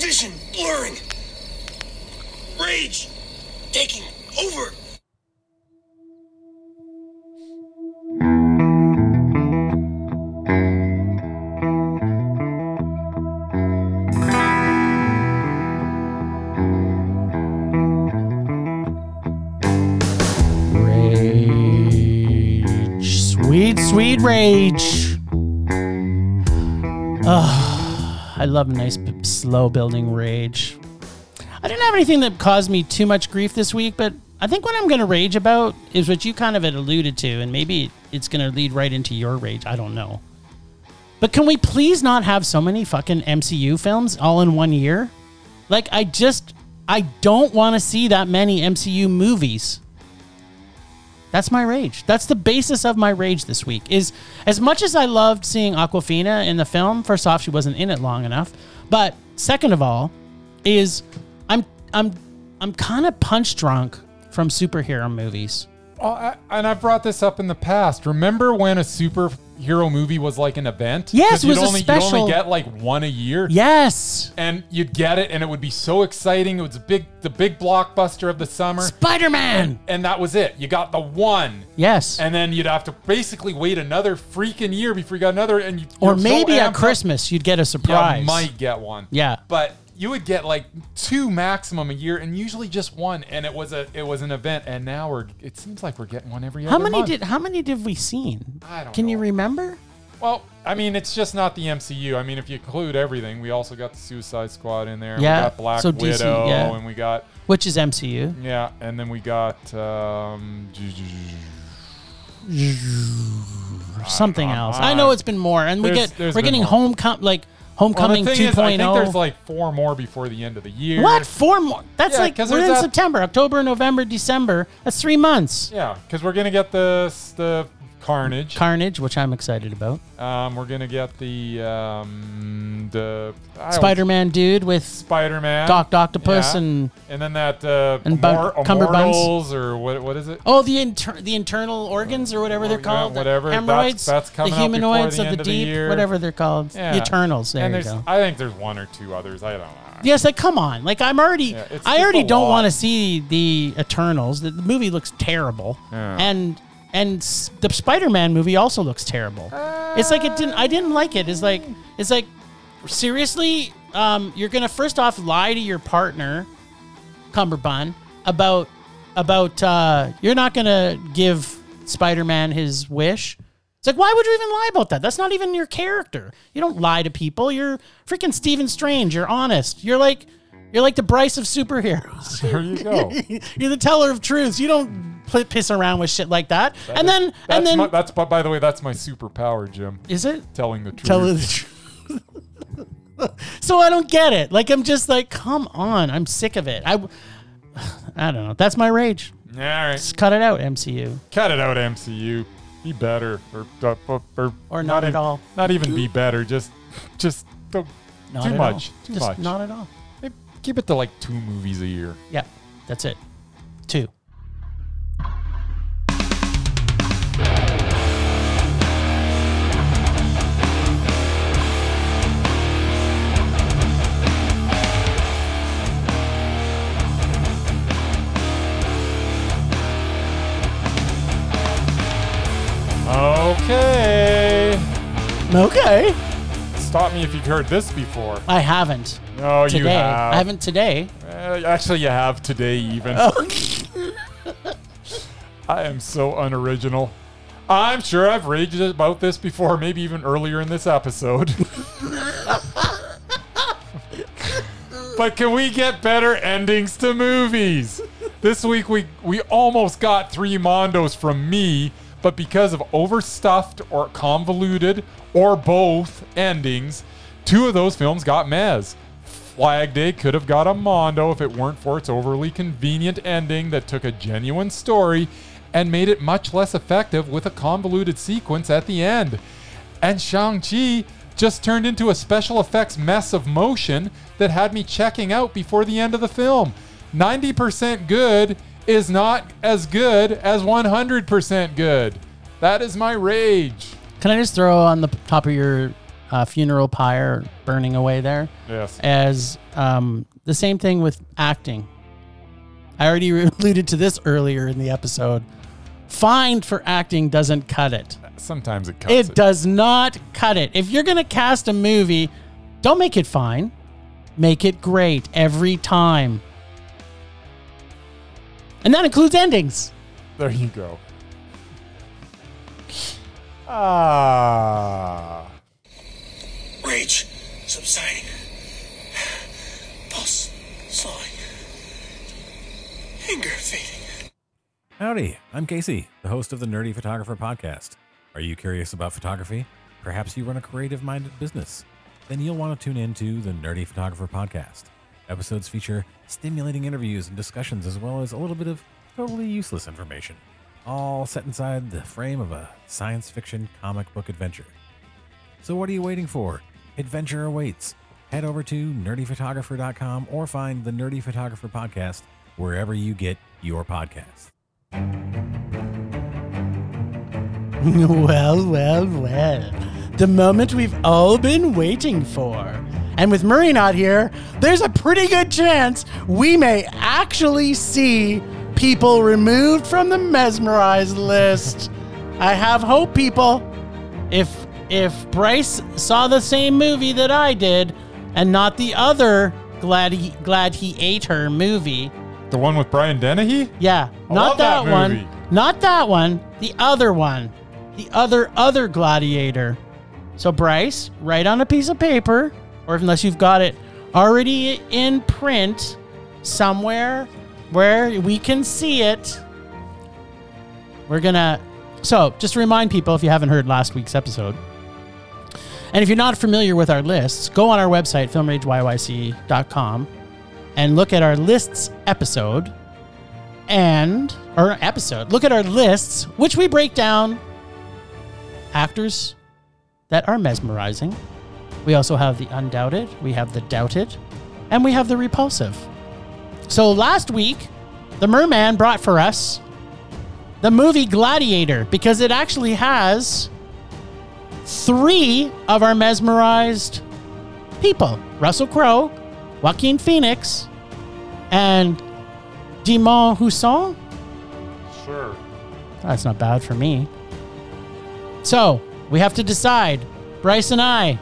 Speaker 3: Vision blurring. Rage taking over.
Speaker 2: Rage. Sweet, sweet rage. Oh, I love a nice p- slow building rage. I didn't have anything that caused me too much grief this week, but I think what I'm going to rage about is what you kind of had alluded to, and maybe it's going to lead right into your rage. I don't know. But can we please not have so many fucking MCU films all in one year? Like, I just, I don't want to see that many MCU movies. That's my rage. That's the basis of my rage this week. Is as much as I loved seeing Aquafina in the film. First off, she wasn't in it long enough. But second of all, is I'm I'm I'm kind of punch drunk from superhero movies.
Speaker 1: Oh, I, and I brought this up in the past. Remember when a superhero movie was like an event?
Speaker 2: Yes,
Speaker 1: 'Cause
Speaker 2: it was
Speaker 1: you'd
Speaker 2: a
Speaker 1: only, You'd
Speaker 2: special-
Speaker 1: only get like one a year.
Speaker 2: Yes,
Speaker 1: And you'd get it, and it would be so exciting. It was a big, the big blockbuster of the summer,
Speaker 2: Spider Man.
Speaker 1: and that was it. You got the one,
Speaker 2: Yes,
Speaker 1: and then you'd have to basically wait another freaking year before you got another. And you,
Speaker 2: or
Speaker 1: you're so
Speaker 2: maybe
Speaker 1: amped
Speaker 2: at
Speaker 1: up,
Speaker 2: Christmas you'd get a surprise.
Speaker 1: you might get one.
Speaker 2: Yeah.
Speaker 1: but you would get like two maximum a year, and usually just one. And it was a it was an event, and now we're it seems like we're getting one every
Speaker 2: How
Speaker 1: other
Speaker 2: many
Speaker 1: month.
Speaker 2: did How many did we seen?
Speaker 1: I don't
Speaker 2: Can you
Speaker 1: know.
Speaker 2: remember?
Speaker 1: Well, I mean, it's just not the MCU. I mean, if you include everything, we also got the Suicide Squad in there. and
Speaker 2: Yeah,
Speaker 1: we got Black
Speaker 2: so DC,
Speaker 1: Widow,
Speaker 2: yeah.
Speaker 1: and we got
Speaker 2: Which is MCU?
Speaker 1: yeah, and then we got um,
Speaker 2: something
Speaker 1: come
Speaker 2: else.
Speaker 1: on.
Speaker 2: I know it's been more, and we
Speaker 1: There's-
Speaker 2: get
Speaker 1: there's
Speaker 2: we're
Speaker 1: been
Speaker 2: getting
Speaker 1: more.
Speaker 2: homecoming like
Speaker 1: well, the
Speaker 2: homecoming
Speaker 1: thing
Speaker 2: two
Speaker 1: is, I think there's
Speaker 2: Like,
Speaker 1: like four more before the end of the year.
Speaker 2: what four more? That's
Speaker 1: Yeah,
Speaker 2: like
Speaker 1: 'cause
Speaker 2: we're
Speaker 1: there's
Speaker 2: in
Speaker 1: that-
Speaker 2: September, October, November, December. That's three months.
Speaker 1: Yeah, because we're gonna get the the Carnage.
Speaker 2: Carnage, which I'm excited about.
Speaker 1: Um, we're gonna get the um, the I don't-
Speaker 2: Spider-Man dude with
Speaker 1: Spider-Man,
Speaker 2: Doc Octopus and
Speaker 1: and then that uh,
Speaker 2: and
Speaker 1: Immor-
Speaker 2: Bun- Cumberbuns.
Speaker 1: Immortals or what what is it?
Speaker 2: oh the inter- the internal organs or whatever they're
Speaker 1: yeah,
Speaker 2: called, the
Speaker 1: whatever. That's-
Speaker 2: hemorrhoids,
Speaker 1: that's coming out
Speaker 2: the
Speaker 1: before
Speaker 2: humanoids
Speaker 1: the
Speaker 2: of
Speaker 1: end
Speaker 2: the
Speaker 1: of the
Speaker 2: deep,
Speaker 1: year.
Speaker 2: whatever they're called,
Speaker 1: Yeah.
Speaker 2: the Eternals. There
Speaker 1: and
Speaker 2: you
Speaker 1: there's,
Speaker 2: go.
Speaker 1: I think there's one or two others. I don't know.
Speaker 2: Yes, like come on, like I'm already,
Speaker 1: Yeah, it's
Speaker 2: I
Speaker 1: just
Speaker 2: already
Speaker 1: a
Speaker 2: don't
Speaker 1: lot.
Speaker 2: want to see the Eternals. The, the movie looks terrible,
Speaker 1: Yeah.
Speaker 2: and and s- the Spider-Man movie also looks terrible. it's like it didn't, I didn't like it. It's like it's like seriously, um, you're gonna first off lie to your partner, Cumberbun, about about uh, you're not gonna give Spider-Man his wish. It's like why would you even lie about that? That's not even your character. You don't lie to people. You're freaking Stephen Strange. You're honest. You're like you're like the Bryce of superheroes.
Speaker 1: There you go.
Speaker 2: you're the teller of truths. You don't pl- piss around with shit like that. and then
Speaker 1: That's
Speaker 2: and then
Speaker 1: my, that's but by the way, that's my superpower, Jim.
Speaker 2: is it
Speaker 1: Telling the truth.
Speaker 2: tell her the truth. so I don't get it. Like I'm just like, come on, I'm sick of it. I, I don't know. That's my rage.
Speaker 1: All right,
Speaker 2: Just cut it out, MCU.
Speaker 1: cut it out, MCU. Be better, or uh, or, or,
Speaker 2: Or not at
Speaker 1: even-
Speaker 2: all.
Speaker 1: Not even be better. Just just don't.
Speaker 2: Not
Speaker 1: too
Speaker 2: at
Speaker 1: much.
Speaker 2: all.
Speaker 1: Too
Speaker 2: just
Speaker 1: much.
Speaker 2: Not at all.
Speaker 1: Maybe Keep it to like two movies a year.
Speaker 2: Yeah, that's it. Two.
Speaker 1: Okay.
Speaker 2: Okay.
Speaker 1: Stop me if you've heard this before.
Speaker 2: I haven't
Speaker 1: No, you
Speaker 2: today.
Speaker 1: have.
Speaker 2: I haven't Oh. today.
Speaker 1: Uh, actually, you have today, even. I am so unoriginal. I'm sure I've raged about this before, maybe even earlier in this episode. but can we get better endings to movies? This week we we almost got three mondos from me, but because of overstuffed or convoluted or both endings, two of those films got Mez. Flag Day could have got a mondo if it weren't for its overly convenient ending that took a genuine story and made it much less effective with a convoluted sequence at the end. And Shang-Chi just turned into a special effects mess of motion that had me checking out before the end of the film. 90% good is not as good as 100% good. That is my rage.
Speaker 2: Can I just throw on the top of your uh, funeral pyre burning away there?
Speaker 1: Yes.
Speaker 2: as um, the same thing with acting. I already alluded to this earlier in the episode. Fined for acting doesn't cut it.
Speaker 1: Sometimes it cuts
Speaker 2: It does not cut it. If you're going to cast a movie, don't make it fine. Make it great every time. And that includes endings.
Speaker 1: There you go. Ah.
Speaker 3: Rage subsiding. Pulse slowing. Anger fading.
Speaker 4: Howdy, I'm Casey, the host of the Nerdy Photographer Podcast. Are you curious about photography? Perhaps you run a creative minded business? Then you'll want to tune in to the Nerdy Photographer Podcast. Episodes feature stimulating interviews and discussions, as well as a little bit of totally useless information, all set inside the frame of a science fiction comic book adventure. So what are you waiting for? Adventure awaits. Head over to nerdyphotographer.com or find the Nerdy Photographer Podcast wherever you get your podcasts.
Speaker 2: well, well, well. The moment we've all been waiting for. And with Murray not here, there's a pretty good chance we may actually see people removed from the mesmerized list. I have hope, people. If if Bryce saw the same movie that I did, and not the other glad he glad he ate her movie,
Speaker 1: The one with Brian Dennehy?
Speaker 2: yeah,
Speaker 1: I love
Speaker 2: not
Speaker 1: that
Speaker 2: that, one.
Speaker 1: movie.
Speaker 2: Not that one. The other one. The other other gladiator. So Bryce, write on a piece of paper, or unless you've got it already in print somewhere where we can see it. We're gonna. So just to remind people if you haven't heard last week's episode. And if you're not familiar with our lists, go on our website, filmrageyyc.com, and look at our lists episode and or episode. Look at our lists, which we break down actors that are mesmerizing. We also have the undoubted, we have the doubted, and we have the repulsive. So last week, the merman brought for us the movie Gladiator because it actually has three of our mesmerized people Russell Crowe, Joaquin Phoenix, and Dimon Husson.
Speaker 1: Sure.
Speaker 2: That's not bad for me. So we have to decide, Bryce and I,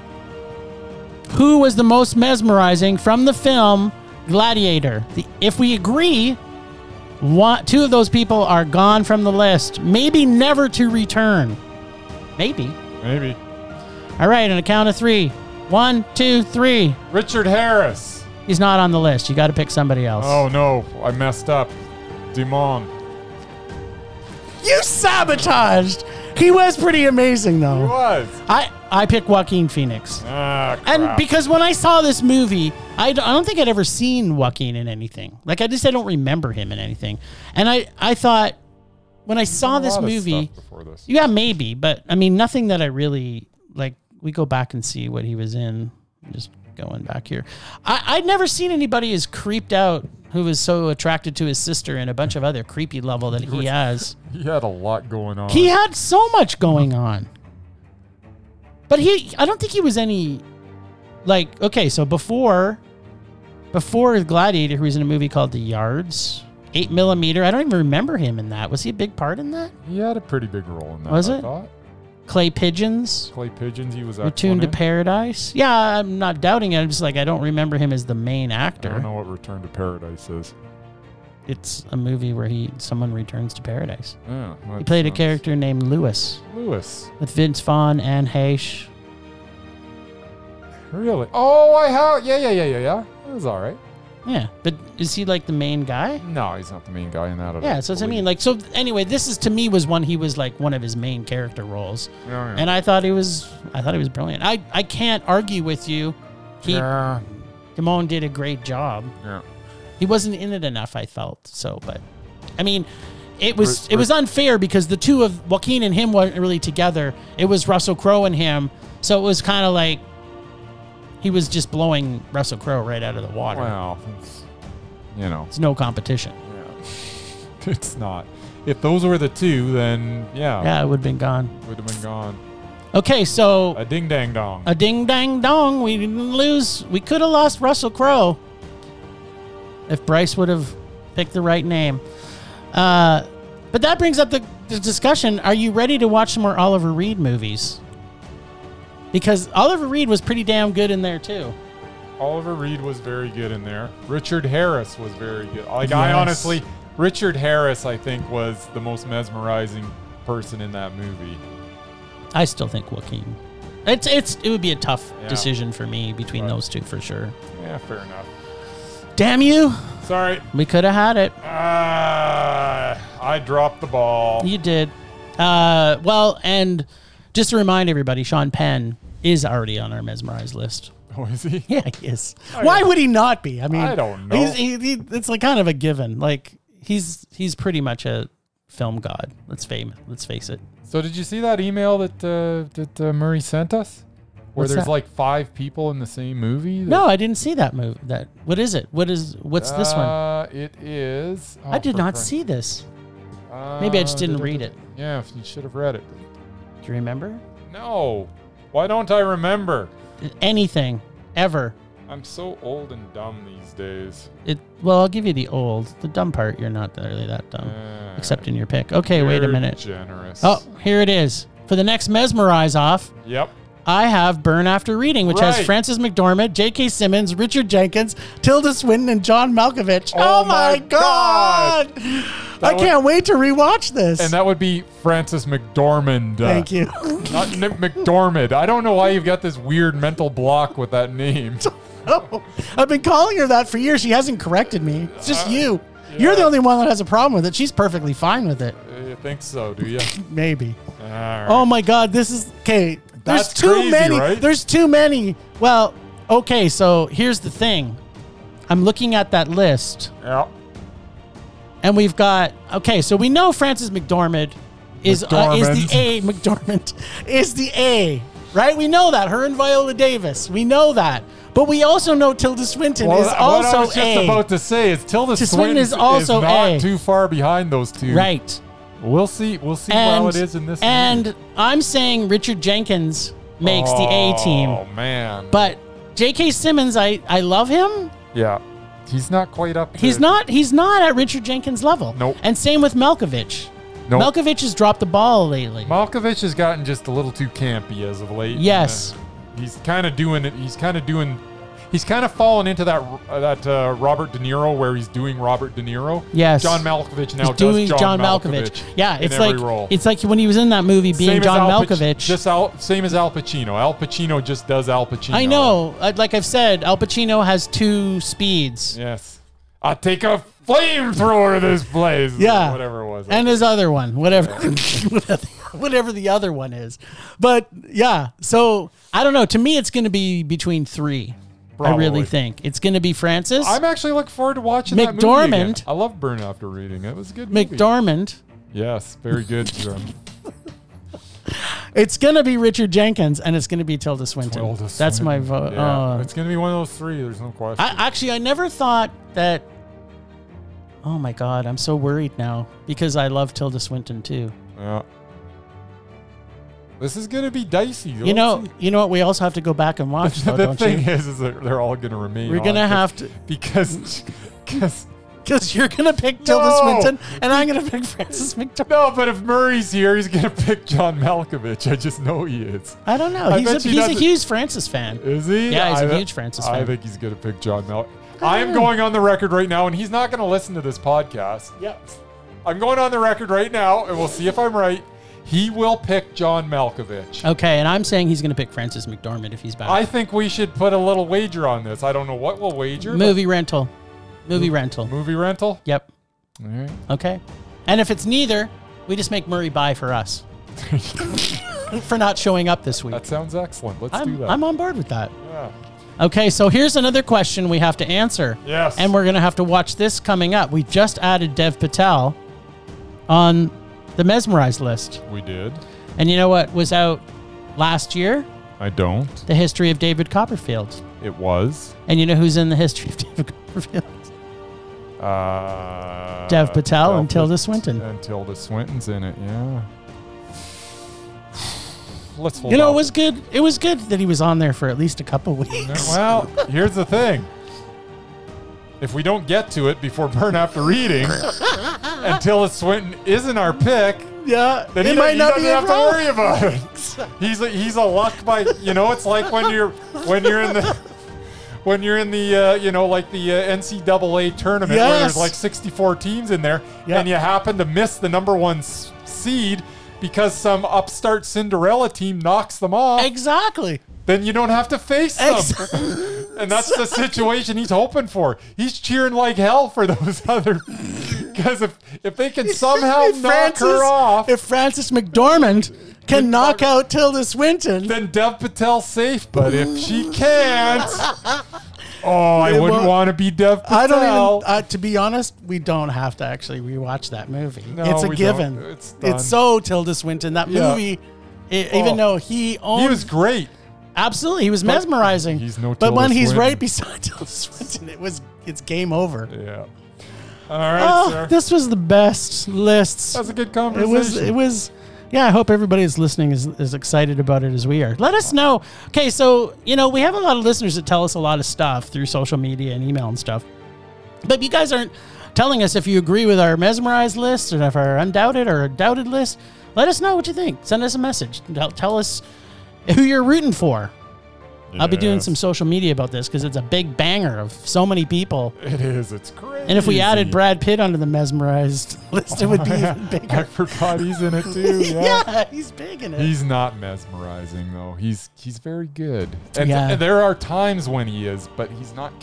Speaker 2: who was the most mesmerizing from the film Gladiator. The, if we agree, one, two of those people are gone from the list, maybe never to return. Maybe.
Speaker 1: Maybe.
Speaker 2: All right, on a count of three. One, two, three.
Speaker 1: Richard Harris.
Speaker 2: He's not on the list. You got to pick somebody else.
Speaker 1: Oh no, I messed up. Demon.
Speaker 2: You sabotaged. He was pretty amazing,
Speaker 1: He
Speaker 2: though.
Speaker 1: was.
Speaker 2: I I pick Joaquin Phoenix.
Speaker 1: Ah, crap.
Speaker 2: And because when I saw this movie, I, d- I don't think I'd ever seen Joaquin in anything. Like I just I don't remember him in anything. And I I thought when I saw
Speaker 1: A
Speaker 2: this
Speaker 1: lot of
Speaker 2: movie,
Speaker 1: stuff before this.
Speaker 2: yeah, maybe, but I mean nothing that I really like. We go back and see what he was in. I'm just going back here. I I'd never seen anybody as creeped out who was so attracted to his sister and a bunch of other creepy level that he has.
Speaker 1: He had a lot going on.
Speaker 2: He had so much going on. But he I don't think he was any like okay, so before before Gladiator, he was in a movie called The Yards. Eight millimeter. I don't even remember him in that. Was he a big part in that?
Speaker 1: He had a pretty big role in that.
Speaker 2: Was
Speaker 1: I
Speaker 2: it?
Speaker 1: Thought.
Speaker 2: Clay Pigeons.
Speaker 1: Clay Pigeons. He was
Speaker 2: Return
Speaker 1: excellent
Speaker 2: to
Speaker 1: in.
Speaker 2: Paradise. Yeah, I'm not doubting it. I'm just like I don't remember him as the main
Speaker 1: I don't know
Speaker 2: actor.
Speaker 1: what Return to Paradise is.
Speaker 2: It's a movie where he someone returns to paradise.
Speaker 1: Yeah,
Speaker 2: He
Speaker 1: that
Speaker 2: played a
Speaker 1: sounds-
Speaker 2: character named Lewis
Speaker 1: Lewis.
Speaker 2: with Vince Vaughn and Heche.
Speaker 1: Really? Oh, I have. Yeah, yeah, yeah, yeah, yeah. It was all right.
Speaker 2: Yeah, but is he like the main guy?
Speaker 1: No, he's not the main guy in that.
Speaker 2: Yeah, so it's, I mean, like, so anyway, this is to me was one he was like one of his main character roles,
Speaker 1: Oh, yeah, yeah.
Speaker 2: and I thought he was, I thought he was brilliant. I I can't argue with you. He
Speaker 1: yeah,
Speaker 2: Damon did a great job.
Speaker 1: yeah.
Speaker 2: He wasn't in it enough, I felt so, but I mean, it was it was unfair because the two of Joaquin and him weren't really together. It was Russell Crowe and him, so it was kind of like he was just blowing Russell Crowe right out of the water.
Speaker 1: Well, it's, you know,
Speaker 2: It's no competition.
Speaker 1: it's not. If those were the two, then yeah,
Speaker 2: Yeah, it would have been gone.
Speaker 1: would have been gone.
Speaker 2: Okay, so
Speaker 1: A ding dang dong.
Speaker 2: a ding dang dong. We didn't lose. We could have lost Russell Crowe if Bryce would have picked the right name. Uh, but that brings up the, the discussion. Are you ready to watch some more Oliver Reed movies? Because Oliver Reed was pretty damn good in there too.
Speaker 1: Oliver Reed was very good in there. Richard Harris was very good. Like I
Speaker 2: Yes.
Speaker 1: honestly, Richard Harris, I think, was the most mesmerizing person in that movie.
Speaker 2: I still think Joaquin. It's it's it would be a tough
Speaker 1: Yeah.
Speaker 2: decision for me between
Speaker 1: Right.
Speaker 2: those two for sure.
Speaker 1: Yeah, fair enough.
Speaker 2: Damn you!
Speaker 1: Sorry,
Speaker 2: We could have had it.
Speaker 1: Ah, I dropped the ball.
Speaker 2: You did. Uh, well, and just to remind everybody, Sean Penn is already on our mesmerized list.
Speaker 1: Oh, is he?
Speaker 2: Yeah, he is. Why would he not be? I mean,
Speaker 1: Oh, I don't know.
Speaker 2: He's, he, he, it's like kind of a given. Like he's he's pretty much a film god. Let's fame. Let's face it.
Speaker 1: So did you see that email that uh, that uh, Murray sent us? Where
Speaker 2: What's
Speaker 1: there's
Speaker 2: that?
Speaker 1: like five people in the same movie. that-
Speaker 2: No, I didn't see that movie. That what is it? What is what's this one?
Speaker 1: Uh, it is. Oh,
Speaker 2: I did not see this. Maybe I
Speaker 1: Uh,
Speaker 2: just didn't read it.
Speaker 1: Yeah, if you should have read it.
Speaker 2: Do you remember
Speaker 1: No. Why don't I remember?
Speaker 2: anything ever?
Speaker 1: I'm so old and dumb these days.
Speaker 2: It well, I'll give you the old, the dumb part. You're not really that dumb,
Speaker 1: Uh,
Speaker 2: except in your pick. Okay, wait a
Speaker 1: you're
Speaker 2: minute.
Speaker 1: Generous.
Speaker 2: Oh, here it is. For the next mesmerize off,
Speaker 1: Yep.
Speaker 2: I have Burn After Reading, which has
Speaker 1: Right.
Speaker 2: Francis McDormand, J.K. Simmons, Richard Jenkins, Tilda Swinton, and John Malkovich. Oh,
Speaker 1: Oh my
Speaker 2: my God! I
Speaker 1: That
Speaker 2: can't wait to rewatch this.
Speaker 1: And uh, that would be Francis McDormand. uh,
Speaker 2: Thank you.
Speaker 1: Not Nick McDormand. I don't know why you've got this weird mental block with that name. Uh,
Speaker 2: Oh, I've been calling her that for years. She hasn't corrected me. It's just
Speaker 1: Uh,
Speaker 2: you. You're the
Speaker 1: yeah.
Speaker 2: only one that has a problem with it. She's perfectly fine with it.
Speaker 1: You think so, do you?
Speaker 2: Maybe.
Speaker 1: All right.
Speaker 2: Oh my God, this is okay. There's
Speaker 1: That's
Speaker 2: too
Speaker 1: crazy,
Speaker 2: many.
Speaker 1: right?
Speaker 2: There's too many. Well, okay, so here's the thing. I'm looking at that list,
Speaker 1: Yeah.
Speaker 2: and we've got okay. So we know Frances McDormand is uh, is
Speaker 1: McDormand.
Speaker 2: the A McDormand is the A right? We know that her and Viola Davis. We know that, but we also know Tilda Swinton
Speaker 1: Well,
Speaker 2: is
Speaker 1: what I
Speaker 2: also
Speaker 1: was just
Speaker 2: A.
Speaker 1: about to say is Tilda
Speaker 2: Tilda
Speaker 1: Swinton,
Speaker 2: Swinton is
Speaker 1: is
Speaker 2: also
Speaker 1: not
Speaker 2: A.
Speaker 1: too far behind those two.
Speaker 2: right.
Speaker 1: We'll see. We'll see
Speaker 2: And
Speaker 1: how it is in this.
Speaker 2: and
Speaker 1: movie.
Speaker 2: I'm saying Richard Jenkins makes the A
Speaker 1: Oh
Speaker 2: team,
Speaker 1: man.
Speaker 2: but J.K. Simmons, I I love him.
Speaker 1: yeah, he's not quite up. To
Speaker 2: He's not he's not at Richard Jenkins level.
Speaker 1: Nope.
Speaker 2: And same with Malkovich.
Speaker 1: Nope.
Speaker 2: Malkovich has dropped the ball lately.
Speaker 1: Malkovich has gotten just a little too campy as of late.
Speaker 2: Yes.
Speaker 1: Uh, he's kind of doing it. He's kind of doing. He's kind of fallen into that uh, that uh, Robert De Niro where he's doing Robert De Niro.
Speaker 2: Yes.
Speaker 1: John Malkovich now
Speaker 2: He's doing
Speaker 1: does
Speaker 2: John, Malkovich. Yeah,
Speaker 1: in
Speaker 2: it's
Speaker 1: every
Speaker 2: like
Speaker 1: role.
Speaker 2: it's like when he was in that movie being
Speaker 1: Same as
Speaker 2: John
Speaker 1: Al Pac-
Speaker 2: Malkovich.
Speaker 1: Just Al, same as Al Pacino. Al Pacino just does Al Pacino.
Speaker 2: I know, Uh, like I've said, Al Pacino has two speeds.
Speaker 1: Yes. I'll take a flamethrower to this place.
Speaker 2: Yeah.
Speaker 1: Whatever it was.
Speaker 2: and his other one, whatever, whatever- whatever the other one is. But yeah, so I don't know. To me, it's going to be between three. I really
Speaker 1: Probably.
Speaker 2: think it's going to be Francis
Speaker 1: I'm actually looking forward to watching that movie again.
Speaker 2: McDormand.
Speaker 1: I love Burn After Reading. It was a good movie.
Speaker 2: McDormand.
Speaker 1: Yes, very good, Jim.
Speaker 2: It's going to be Richard Jenkins, and it's going to be Tilda Swinton.
Speaker 1: Tilda
Speaker 2: That's my
Speaker 1: Swinton.
Speaker 2: vote.
Speaker 1: Yeah.
Speaker 2: Uh,
Speaker 1: it's gonna be one of those three. There's no question.
Speaker 2: I actually I never thought that. Oh my god, I'm so worried now because I love Tilda Swinton too.
Speaker 1: yeah. This is gonna be dicey.
Speaker 2: You know, you know what? We also have to go back and watch. Though,
Speaker 1: the
Speaker 2: Oh, don't
Speaker 1: thing
Speaker 2: you?
Speaker 1: is, is that they're all gonna remain.
Speaker 2: We're gonna
Speaker 1: on
Speaker 2: have to
Speaker 1: because because.
Speaker 2: because you're gonna pick Tilda
Speaker 1: No!
Speaker 2: Swinton and I'm gonna pick Francis McDormand.
Speaker 1: No, but if Murray's here, he's gonna pick John Malkovich. I just know he is.
Speaker 2: I don't know.
Speaker 1: I
Speaker 2: He's a,
Speaker 1: bet she
Speaker 2: he's a
Speaker 1: doesn't- Uh,
Speaker 2: huge Francis fan.
Speaker 1: Is he?
Speaker 2: Yeah, he's
Speaker 1: a
Speaker 2: a huge Francis
Speaker 1: I
Speaker 2: fan.
Speaker 1: think he's gonna pick John Malkovich. I am going on the record right now, and he's not gonna listen to this podcast.
Speaker 2: Yep.
Speaker 1: I'm going on the record right now, and we'll see if I'm right. He will pick John Malkovich.
Speaker 2: Okay, and I'm saying he's gonna pick Francis McDormand if he's back.
Speaker 1: I think we should put a little wager on this. I don't know what we'll wager. but-
Speaker 2: movie rental, movie rental.
Speaker 1: Movie rental?
Speaker 2: Yep.
Speaker 1: All right.
Speaker 2: Okay. And if it's neither, we just make Murray buy for us for not showing up this week.
Speaker 1: That sounds excellent. Let's do
Speaker 2: I'm,
Speaker 1: that.
Speaker 2: I'm on board with that.
Speaker 1: Yeah.
Speaker 2: Okay, so here's another question we have to answer.
Speaker 1: Yes.
Speaker 2: And we're going to have to watch this coming up. We just added Dev Patel on the mesmerized list.
Speaker 1: We did.
Speaker 2: And you know what was out last year?
Speaker 1: I don't.
Speaker 2: The History of David Copperfield.
Speaker 1: It was.
Speaker 2: And you know who's in the History of David Copperfield?
Speaker 1: Uh,
Speaker 2: Dev Patel and
Speaker 1: Patel-
Speaker 2: Tilda Swinton.
Speaker 1: And Tilda Swinton's in it, yeah. Let's hold
Speaker 2: You know,
Speaker 1: off.
Speaker 2: it was good. It was good that he was on there for at least a couple weeks.
Speaker 1: Well, here's the thing. If we don't get to it before Burn After Reading, and Tilda Swinton isn't our pick,
Speaker 2: yeah,
Speaker 1: then he, might not have to worry about it. He's a, he's a luck by you know it's like when you're when you're in the when you're in the uh, you know like the uh, NCAA tournament where
Speaker 2: Yes.
Speaker 1: there's like 64 teams in there
Speaker 2: Yeah.
Speaker 1: and you happen to miss the number one s- seed because some upstart Cinderella team knocks them off,
Speaker 2: Exactly.
Speaker 1: then you don't have to face them. And that's the situation he's hoping for. He's cheering like hell for those other because if if they can somehow
Speaker 2: If
Speaker 1: knock
Speaker 2: Francis-
Speaker 1: her off,
Speaker 2: If Francis McDormand can knock out Tilda Swinton,
Speaker 1: then Dev Patel's safe. But if she can't, oh, I
Speaker 2: It
Speaker 1: wouldn't
Speaker 2: won't-
Speaker 1: want to be Dev Patel.
Speaker 2: I don't even. Uh, to be honest, we don't have to actually rewatch that movie.
Speaker 1: No,
Speaker 2: it's a
Speaker 1: we
Speaker 2: given.
Speaker 1: don't. It's done.
Speaker 2: it's so Tilda Swinton. That
Speaker 1: Yeah.
Speaker 2: movie, i-
Speaker 1: Oh.
Speaker 2: even though he owned,
Speaker 1: he was great.
Speaker 2: absolutely he was mesmerizing.
Speaker 1: he's no
Speaker 2: but when
Speaker 1: Tilda
Speaker 2: he's
Speaker 1: Swinton.
Speaker 2: right beside Tilda Swinton, it was it's game over.
Speaker 1: Yeah. All right,
Speaker 2: Oh,
Speaker 1: sir.
Speaker 2: this was the best list.
Speaker 1: That's a good
Speaker 2: It
Speaker 1: conversation.
Speaker 2: was. It was. Yeah, I hope everybody is listening is as excited about it as we are. Let us know. Okay, so you know we have a lot of listeners that tell us a lot of stuff through social media and email and stuff, but you guys aren't telling us if you agree with our mesmerized list or if our undoubted or doubted list. Let us know what you think. Send us a message. Tell, tell us who you're rooting for. I'll be doing
Speaker 1: Yes.
Speaker 2: some social media about this because it's a big banger of so many people.
Speaker 1: It is. It's crazy.
Speaker 2: And if we added Brad Pitt onto the mesmerized list, it would be even
Speaker 1: I
Speaker 2: bigger.
Speaker 1: forgot he's in it too. yeah.
Speaker 2: Yeah, he's big in it.
Speaker 1: He's not mesmerizing though. He's he's very good, and,
Speaker 2: Yeah.
Speaker 1: and there are times when he is, but he's not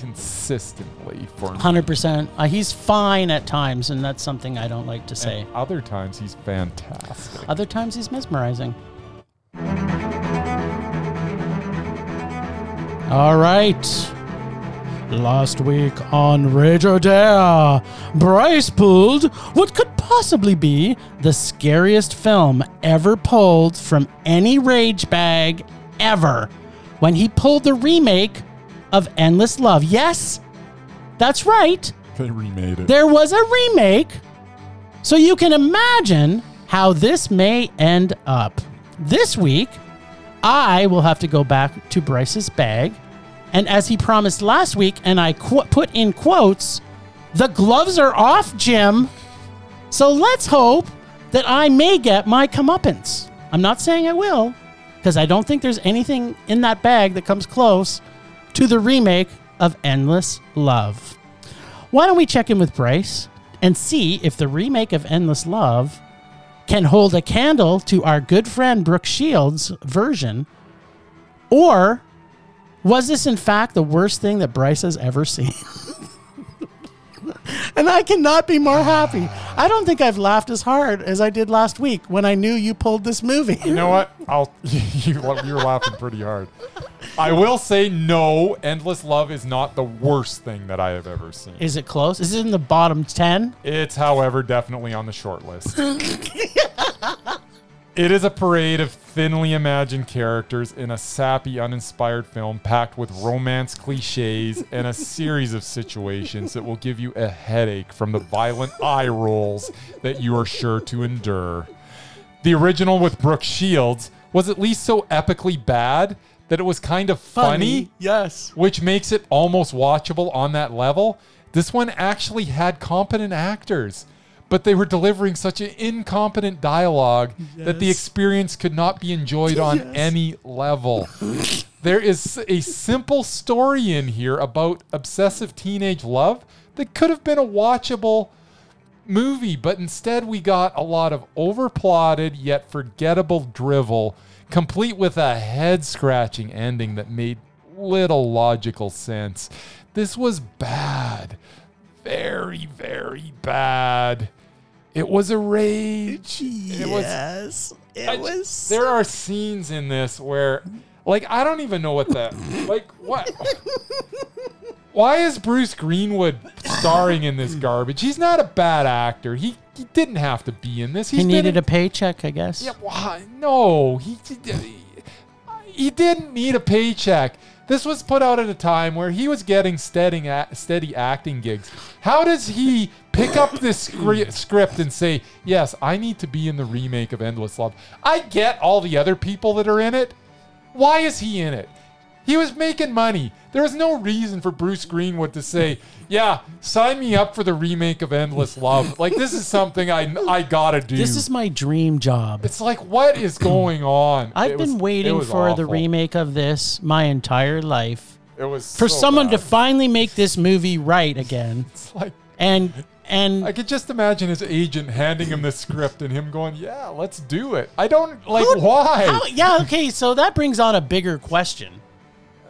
Speaker 1: consistently for me.
Speaker 2: Hundred percent. Uh, he's fine at times, and that's something I don't like to say.
Speaker 1: Other times he's fantastic.
Speaker 2: Other times he's mesmerizing. All right, Last week on Rage or Dare, Bryce pulled what could possibly be the scariest film ever pulled from any rage bag ever when he pulled the remake of Endless Love. Yes, that's right.
Speaker 1: They remade it.
Speaker 2: There was a remake. So you can imagine how this may end up. This week, I will have to go back to Bryce's bag. And as he promised last week, and I qu- put in quotes, the gloves are off, Jim. So let's hope that I may get my comeuppance. I'm not saying I will, because I don't think there's anything in that bag that comes close to the remake of Endless Love. Why don't we check in with Bryce and see if the remake of Endless Love can hold a candle to our good friend Brooke Shields' version, or was this in fact the worst thing that Bryce has ever seen? and I cannot be more happy. I don't think I've laughed as hard as I did last week when I knew you pulled this movie.
Speaker 1: You know what? I'll you, you're laughing pretty hard. I will say no. Endless Love is not the worst thing that I have ever seen.
Speaker 2: Is it close? Is it in the bottom 10?
Speaker 1: It's, however, definitely on the short list. it is a parade of thinly imagined characters in a sappy, uninspired film packed with romance cliches and a series of situations that will give you a headache from the violent eye rolls that you are sure to endure. The original with Brooke Shields was at least so epically bad that it was kind of funny
Speaker 2: Yes.
Speaker 1: which makes it almost watchable on that level. This one actually had competent actors, but they were delivering such an incompetent dialogue that the
Speaker 2: Yes.
Speaker 1: experience could not be enjoyed on
Speaker 2: Yes.
Speaker 1: any level. there is a simple story in here about obsessive teenage love that could have been a watchable movie, but instead we got a lot of overplotted yet forgettable drivel, complete with a head scratching ending that made little logical sense. This was bad. Very, very bad. It was a rage. It was
Speaker 2: Yes. It
Speaker 1: I ju- there are scenes in this where like I don't even know what the like what why is Bruce Greenwood starring in this garbage? He's not a bad actor. He, he didn't have to be in this. He's
Speaker 2: He
Speaker 1: been
Speaker 2: needed
Speaker 1: in-
Speaker 2: a paycheck, I guess.
Speaker 1: yeah, why? No, he, he didn't need a paycheck. This was put out at a time where he was getting steady, a- steady acting gigs. How does he pick up this scri- script and say, "Yes, I need to be in the remake of Endless Love"? I get all the other people that are in it. Why is he in it? He was making money. There was no reason for Bruce Greenwood to say, "Yeah, sign me up for the remake of Endless Love." Like this is something I I gotta do.
Speaker 2: This is my dream job.
Speaker 1: It's like, what is going on?
Speaker 2: I've
Speaker 1: It was-
Speaker 2: been
Speaker 1: it
Speaker 2: waiting
Speaker 1: was
Speaker 2: for the
Speaker 1: awful.
Speaker 2: remake of this my entire life
Speaker 1: It was
Speaker 2: for
Speaker 1: so
Speaker 2: someone
Speaker 1: bad.
Speaker 2: to finally make this movie right again.
Speaker 1: It's like
Speaker 2: And and
Speaker 1: I could just imagine his agent handing him the script and him going, "Yeah, let's do it." I don't like
Speaker 2: Who-
Speaker 1: why.
Speaker 2: how- yeah, okay, so that brings on a bigger question.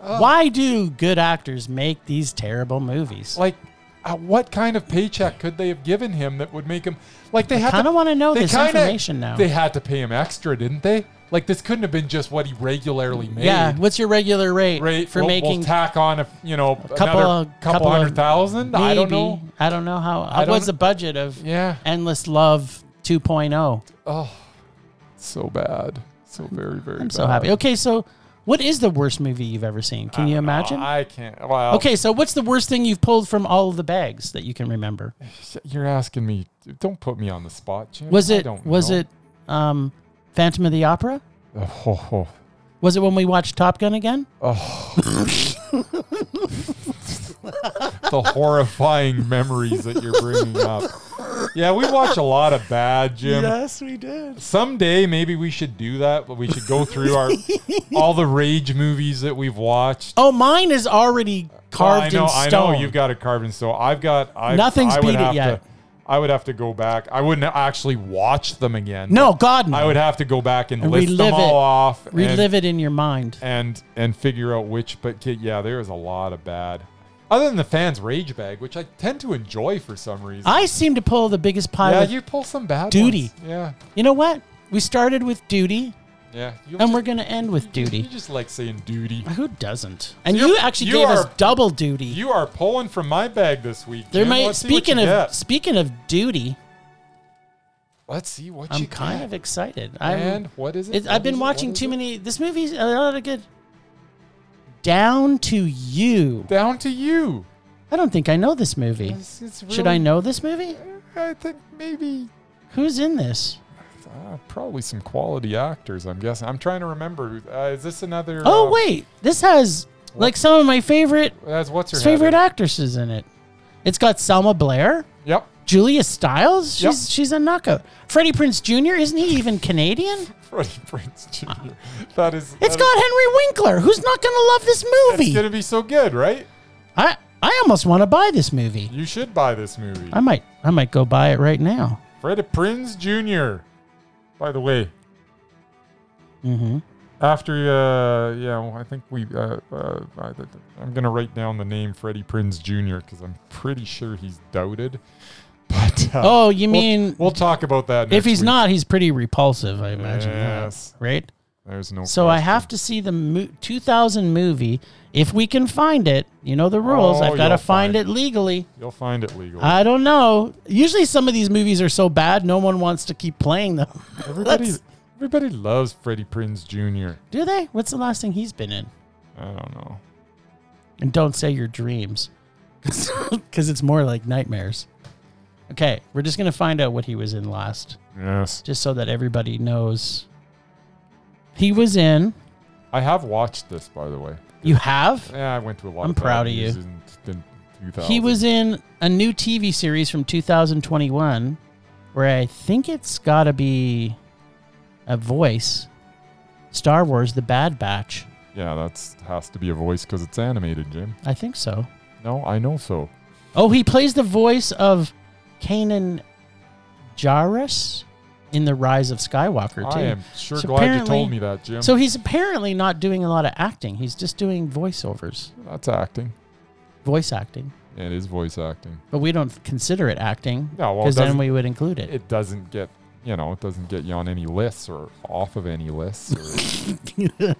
Speaker 1: Oh.
Speaker 2: Why do good actors make these terrible movies?
Speaker 1: Like, uh, what kind of paycheck could they have given him that would make him like they had?
Speaker 2: kinda
Speaker 1: to-
Speaker 2: wanna know
Speaker 1: they
Speaker 2: this
Speaker 1: kinda-
Speaker 2: information now.
Speaker 1: They had to pay him extra, didn't they? Like this couldn't have been just what he regularly made.
Speaker 2: yeah, what's your regular rate,
Speaker 1: Right
Speaker 2: for
Speaker 1: we'll, we'll
Speaker 2: making
Speaker 1: tack on a you know
Speaker 2: couple
Speaker 1: another
Speaker 2: of-
Speaker 1: couple,
Speaker 2: couple of-
Speaker 1: hundred thousand. I don't
Speaker 2: maybe-
Speaker 1: know.
Speaker 2: I don't know how
Speaker 1: I
Speaker 2: what was
Speaker 1: don't-
Speaker 2: the budget of
Speaker 1: Yeah,
Speaker 2: Endless Love oh? 2.0?
Speaker 1: so bad, so very very.
Speaker 2: I'm so happy. Okay, so what is the worst movie you've ever seen? Can you imagine?
Speaker 1: I can't. Well,
Speaker 2: Okay, so what's the worst thing you've pulled from all of the bags that you can remember?
Speaker 1: You're asking me. Don't put me on the spot, Jim.
Speaker 2: Was
Speaker 1: I
Speaker 2: it
Speaker 1: don't
Speaker 2: was
Speaker 1: know.
Speaker 2: it um, Phantom of the Opera?
Speaker 1: Oh, oh,
Speaker 2: Was it when we watched Top Gun again?
Speaker 1: the horrifying memories that you're bringing up. Yeah, we watch a lot of bad, Jim.
Speaker 2: Yes, we did.
Speaker 1: Someday maybe we should do that, but we should go through our all the rage movies that we've watched.
Speaker 2: Oh, mine is already carved
Speaker 1: Well, I know,
Speaker 2: in stone.
Speaker 1: I know you've got it carved in stone. I've got. I've,
Speaker 2: Nothing's
Speaker 1: I would
Speaker 2: beat it
Speaker 1: have
Speaker 2: yet.
Speaker 1: To, I would have to go back. I wouldn't actually watch them again.
Speaker 2: no, God, no.
Speaker 1: I would have to go back and,
Speaker 2: And
Speaker 1: list them
Speaker 2: relive
Speaker 1: all
Speaker 2: it.
Speaker 1: off. and-
Speaker 2: relive it in your mind.
Speaker 1: and and figure out which. But kid, yeah, there is a lot of bad. Other than the fans' rage bag, which I tend to enjoy for some reason.
Speaker 2: I seem to pull the biggest pile.
Speaker 1: yeah,
Speaker 2: of-
Speaker 1: you pull some bad.
Speaker 2: Duty.
Speaker 1: ones. Yeah,
Speaker 2: you know what? We started with Duty.
Speaker 1: Yeah. You
Speaker 2: And
Speaker 1: just-
Speaker 2: we're going to end with
Speaker 1: You
Speaker 2: duty.
Speaker 1: just like saying duty.
Speaker 2: Who doesn't? And
Speaker 1: You-
Speaker 2: you actually
Speaker 1: you
Speaker 2: gave us
Speaker 1: are-
Speaker 2: double duty.
Speaker 1: You are pulling from my bag this week.
Speaker 2: there
Speaker 1: Jim.
Speaker 2: might
Speaker 1: Let's see what
Speaker 2: speaking
Speaker 1: you
Speaker 2: of
Speaker 1: get.
Speaker 2: speaking of duty,
Speaker 1: Let's see what
Speaker 2: I'm
Speaker 1: you
Speaker 2: kind
Speaker 1: get.
Speaker 2: of excited.
Speaker 1: And
Speaker 2: I'm,
Speaker 1: what is it?
Speaker 2: it's,
Speaker 1: What
Speaker 2: I've
Speaker 1: is
Speaker 2: been
Speaker 1: it?
Speaker 2: watching
Speaker 1: What is
Speaker 2: too
Speaker 1: it?
Speaker 2: many. This movie's a lot of good. Down to you.
Speaker 1: Down to you.
Speaker 2: I don't think I know this movie.
Speaker 1: It's- it's
Speaker 2: Should I
Speaker 1: really-
Speaker 2: know this movie?
Speaker 1: I think maybe
Speaker 2: Who's in this?
Speaker 1: uh, probably some quality actors. I'm guessing. I'm trying to remember. Uh, is this another?
Speaker 2: Oh
Speaker 1: uh,
Speaker 2: wait, this has like some of my favorite
Speaker 1: That's what's her
Speaker 2: favorite
Speaker 1: habit?
Speaker 2: actresses in it. It's got Selma Blair,
Speaker 1: Yep.
Speaker 2: Julia Stiles.
Speaker 1: Yep.
Speaker 2: She's she's a knockout. Freddie Prince Jr. Isn't he even Canadian?
Speaker 1: Freddie Prince Jr. That is.
Speaker 2: It's
Speaker 1: that
Speaker 2: got
Speaker 1: is-
Speaker 2: Henry Winkler. Who's not going to love this
Speaker 1: It's
Speaker 2: movie?
Speaker 1: gonna be so good, right?
Speaker 2: I I almost want to buy this movie.
Speaker 1: You should buy this movie.
Speaker 2: I might I might go buy it right now.
Speaker 1: Freddie Prinz Jr. By the way,
Speaker 2: hmm
Speaker 1: after uh, yeah, well, I think we. Uh, uh, I, I'm gonna write down the name Freddie Prinz Jr. because I'm pretty sure he's doubted. But uh,
Speaker 2: Oh, you
Speaker 1: we'll-
Speaker 2: mean
Speaker 1: we'll, talk about that next
Speaker 2: if he's
Speaker 1: week.
Speaker 2: not, he's pretty repulsive. I imagine. that,
Speaker 1: Yes.
Speaker 2: right.
Speaker 1: There's no.
Speaker 2: So I
Speaker 1: question.
Speaker 2: have to see the mo- 2000 movie if we can find it. You know the rules.
Speaker 1: Oh,
Speaker 2: I've got
Speaker 1: you'll
Speaker 2: to find
Speaker 1: find
Speaker 2: it legally.
Speaker 1: You'll find it legal.
Speaker 2: I don't know. Usually some of these movies are so bad no one wants to keep playing them.
Speaker 1: everybody,
Speaker 2: let's-
Speaker 1: everybody loves Freddie Prinz Jr.
Speaker 2: Do they? What's the last thing he's been in?
Speaker 1: I don't know.
Speaker 2: And don't say your dreams. Cuz it's more like nightmares. Okay, we're just going to find out what he was in last
Speaker 1: Yes,
Speaker 2: just so that everybody knows. He was in
Speaker 1: I have watched this by the way.
Speaker 2: You have?
Speaker 1: Yeah, I went to a lot.
Speaker 2: I'm
Speaker 1: of
Speaker 2: proud of
Speaker 1: previews
Speaker 2: you.
Speaker 1: in- in 2000.
Speaker 2: He was in a new TV series from 2021 where I think it's got to be a voice. Star Wars The Bad Batch.
Speaker 1: Yeah, that's has to be a voice because it's animated, Jim.
Speaker 2: I think so.
Speaker 1: No, I know so.
Speaker 2: Oh, he plays the voice of Kanan Jarrus in The Rise of Skywalker, too.
Speaker 1: I am sure
Speaker 2: So
Speaker 1: glad you
Speaker 2: apparently-
Speaker 1: told me that, Jim.
Speaker 2: So he's apparently not doing a lot of acting. He's just doing voiceovers,
Speaker 1: that's acting.
Speaker 2: voice acting.
Speaker 1: Yeah, it is voice acting.
Speaker 2: But we don't consider it acting because
Speaker 1: No, well, it
Speaker 2: then
Speaker 1: doesn't-
Speaker 2: we would include it.
Speaker 1: It doesn't get you know, it doesn't get you on any lists or off of any lists. Or,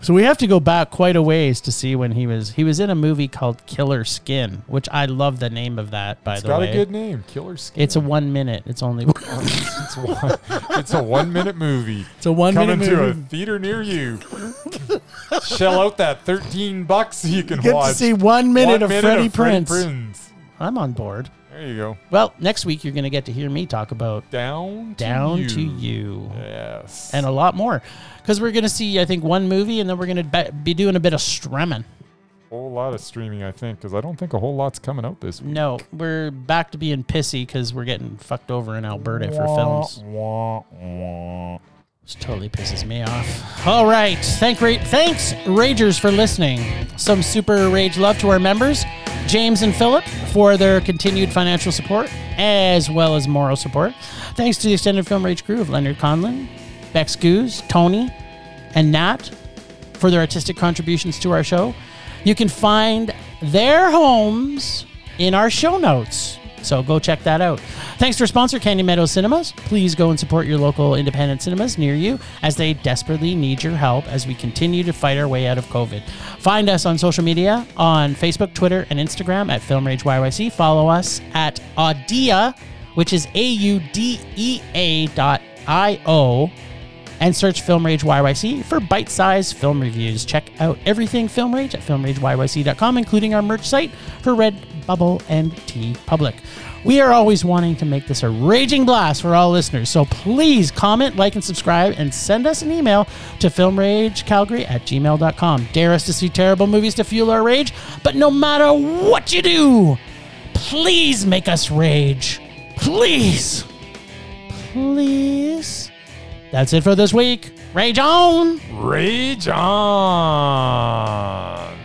Speaker 2: so we have to go back quite a ways to see when he was. He was in a movie called Killer Skin, which I love the name of that. By
Speaker 1: it's
Speaker 2: the
Speaker 1: got
Speaker 2: way,
Speaker 1: a good name, Killer Skin.
Speaker 2: it's a one minute. It's only
Speaker 1: it's one, it's a one minute movie.
Speaker 2: it's a one
Speaker 1: coming
Speaker 2: minute
Speaker 1: to a
Speaker 2: movie.
Speaker 1: theater near you. Shell out that thirteen bucks so you can
Speaker 2: Get
Speaker 1: watch
Speaker 2: to see one minute
Speaker 1: one
Speaker 2: of
Speaker 1: minute
Speaker 2: Freddie
Speaker 1: of Freddie
Speaker 2: Prince.
Speaker 1: Prinze.
Speaker 2: I'm on board.
Speaker 1: There you go.
Speaker 2: Well, next week you're going to get to hear me talk about
Speaker 1: Down to
Speaker 2: Down
Speaker 1: you.
Speaker 2: to You
Speaker 1: Yes.
Speaker 2: and a lot more because we're going to see, I think, one movie and then we're going to be doing a bit of strumming.
Speaker 1: whole lot of streaming, I think, because I don't think a whole lot's coming out this week.
Speaker 2: No, we're back to being pissy because we're getting fucked over in Alberta for films.
Speaker 1: Wah, wah, wah.
Speaker 2: Which totally pisses me off. All right. Thank, ra- thanks, Ragers, for listening. Some super rage love to our members, James and Philip, for their continued financial support as well as moral support. Thanks to the extended film rage crew of Leonard Conlon, Bex Goose, Tony, and Nat for their artistic contributions to our show. You can find their homes in our show notes. So go check that out. Thanks to our sponsor, Canyon Meadows Cinemas. Please go and support your local independent cinemas near you as they desperately need your help as we continue to fight our way out of COVID. Find us on social media on Facebook, Twitter, and Instagram at Film Rage YYC. Follow us at Audia, which is A U D E A dot I O and search Film Rage YYC for bite-sized film reviews. Check out everything Film Rage at filmrageyyc.com, including our merch site for Redbubble and T Public. We are always wanting to make this a raging blast for all listeners, so please comment, like, and subscribe, and send us an email to filmragecalgary at gmail.com. Dare us to see terrible movies to fuel our rage, but no matter what you do, please make us rage. Please. Please. That's it for this week. Rage on!
Speaker 1: Rage on.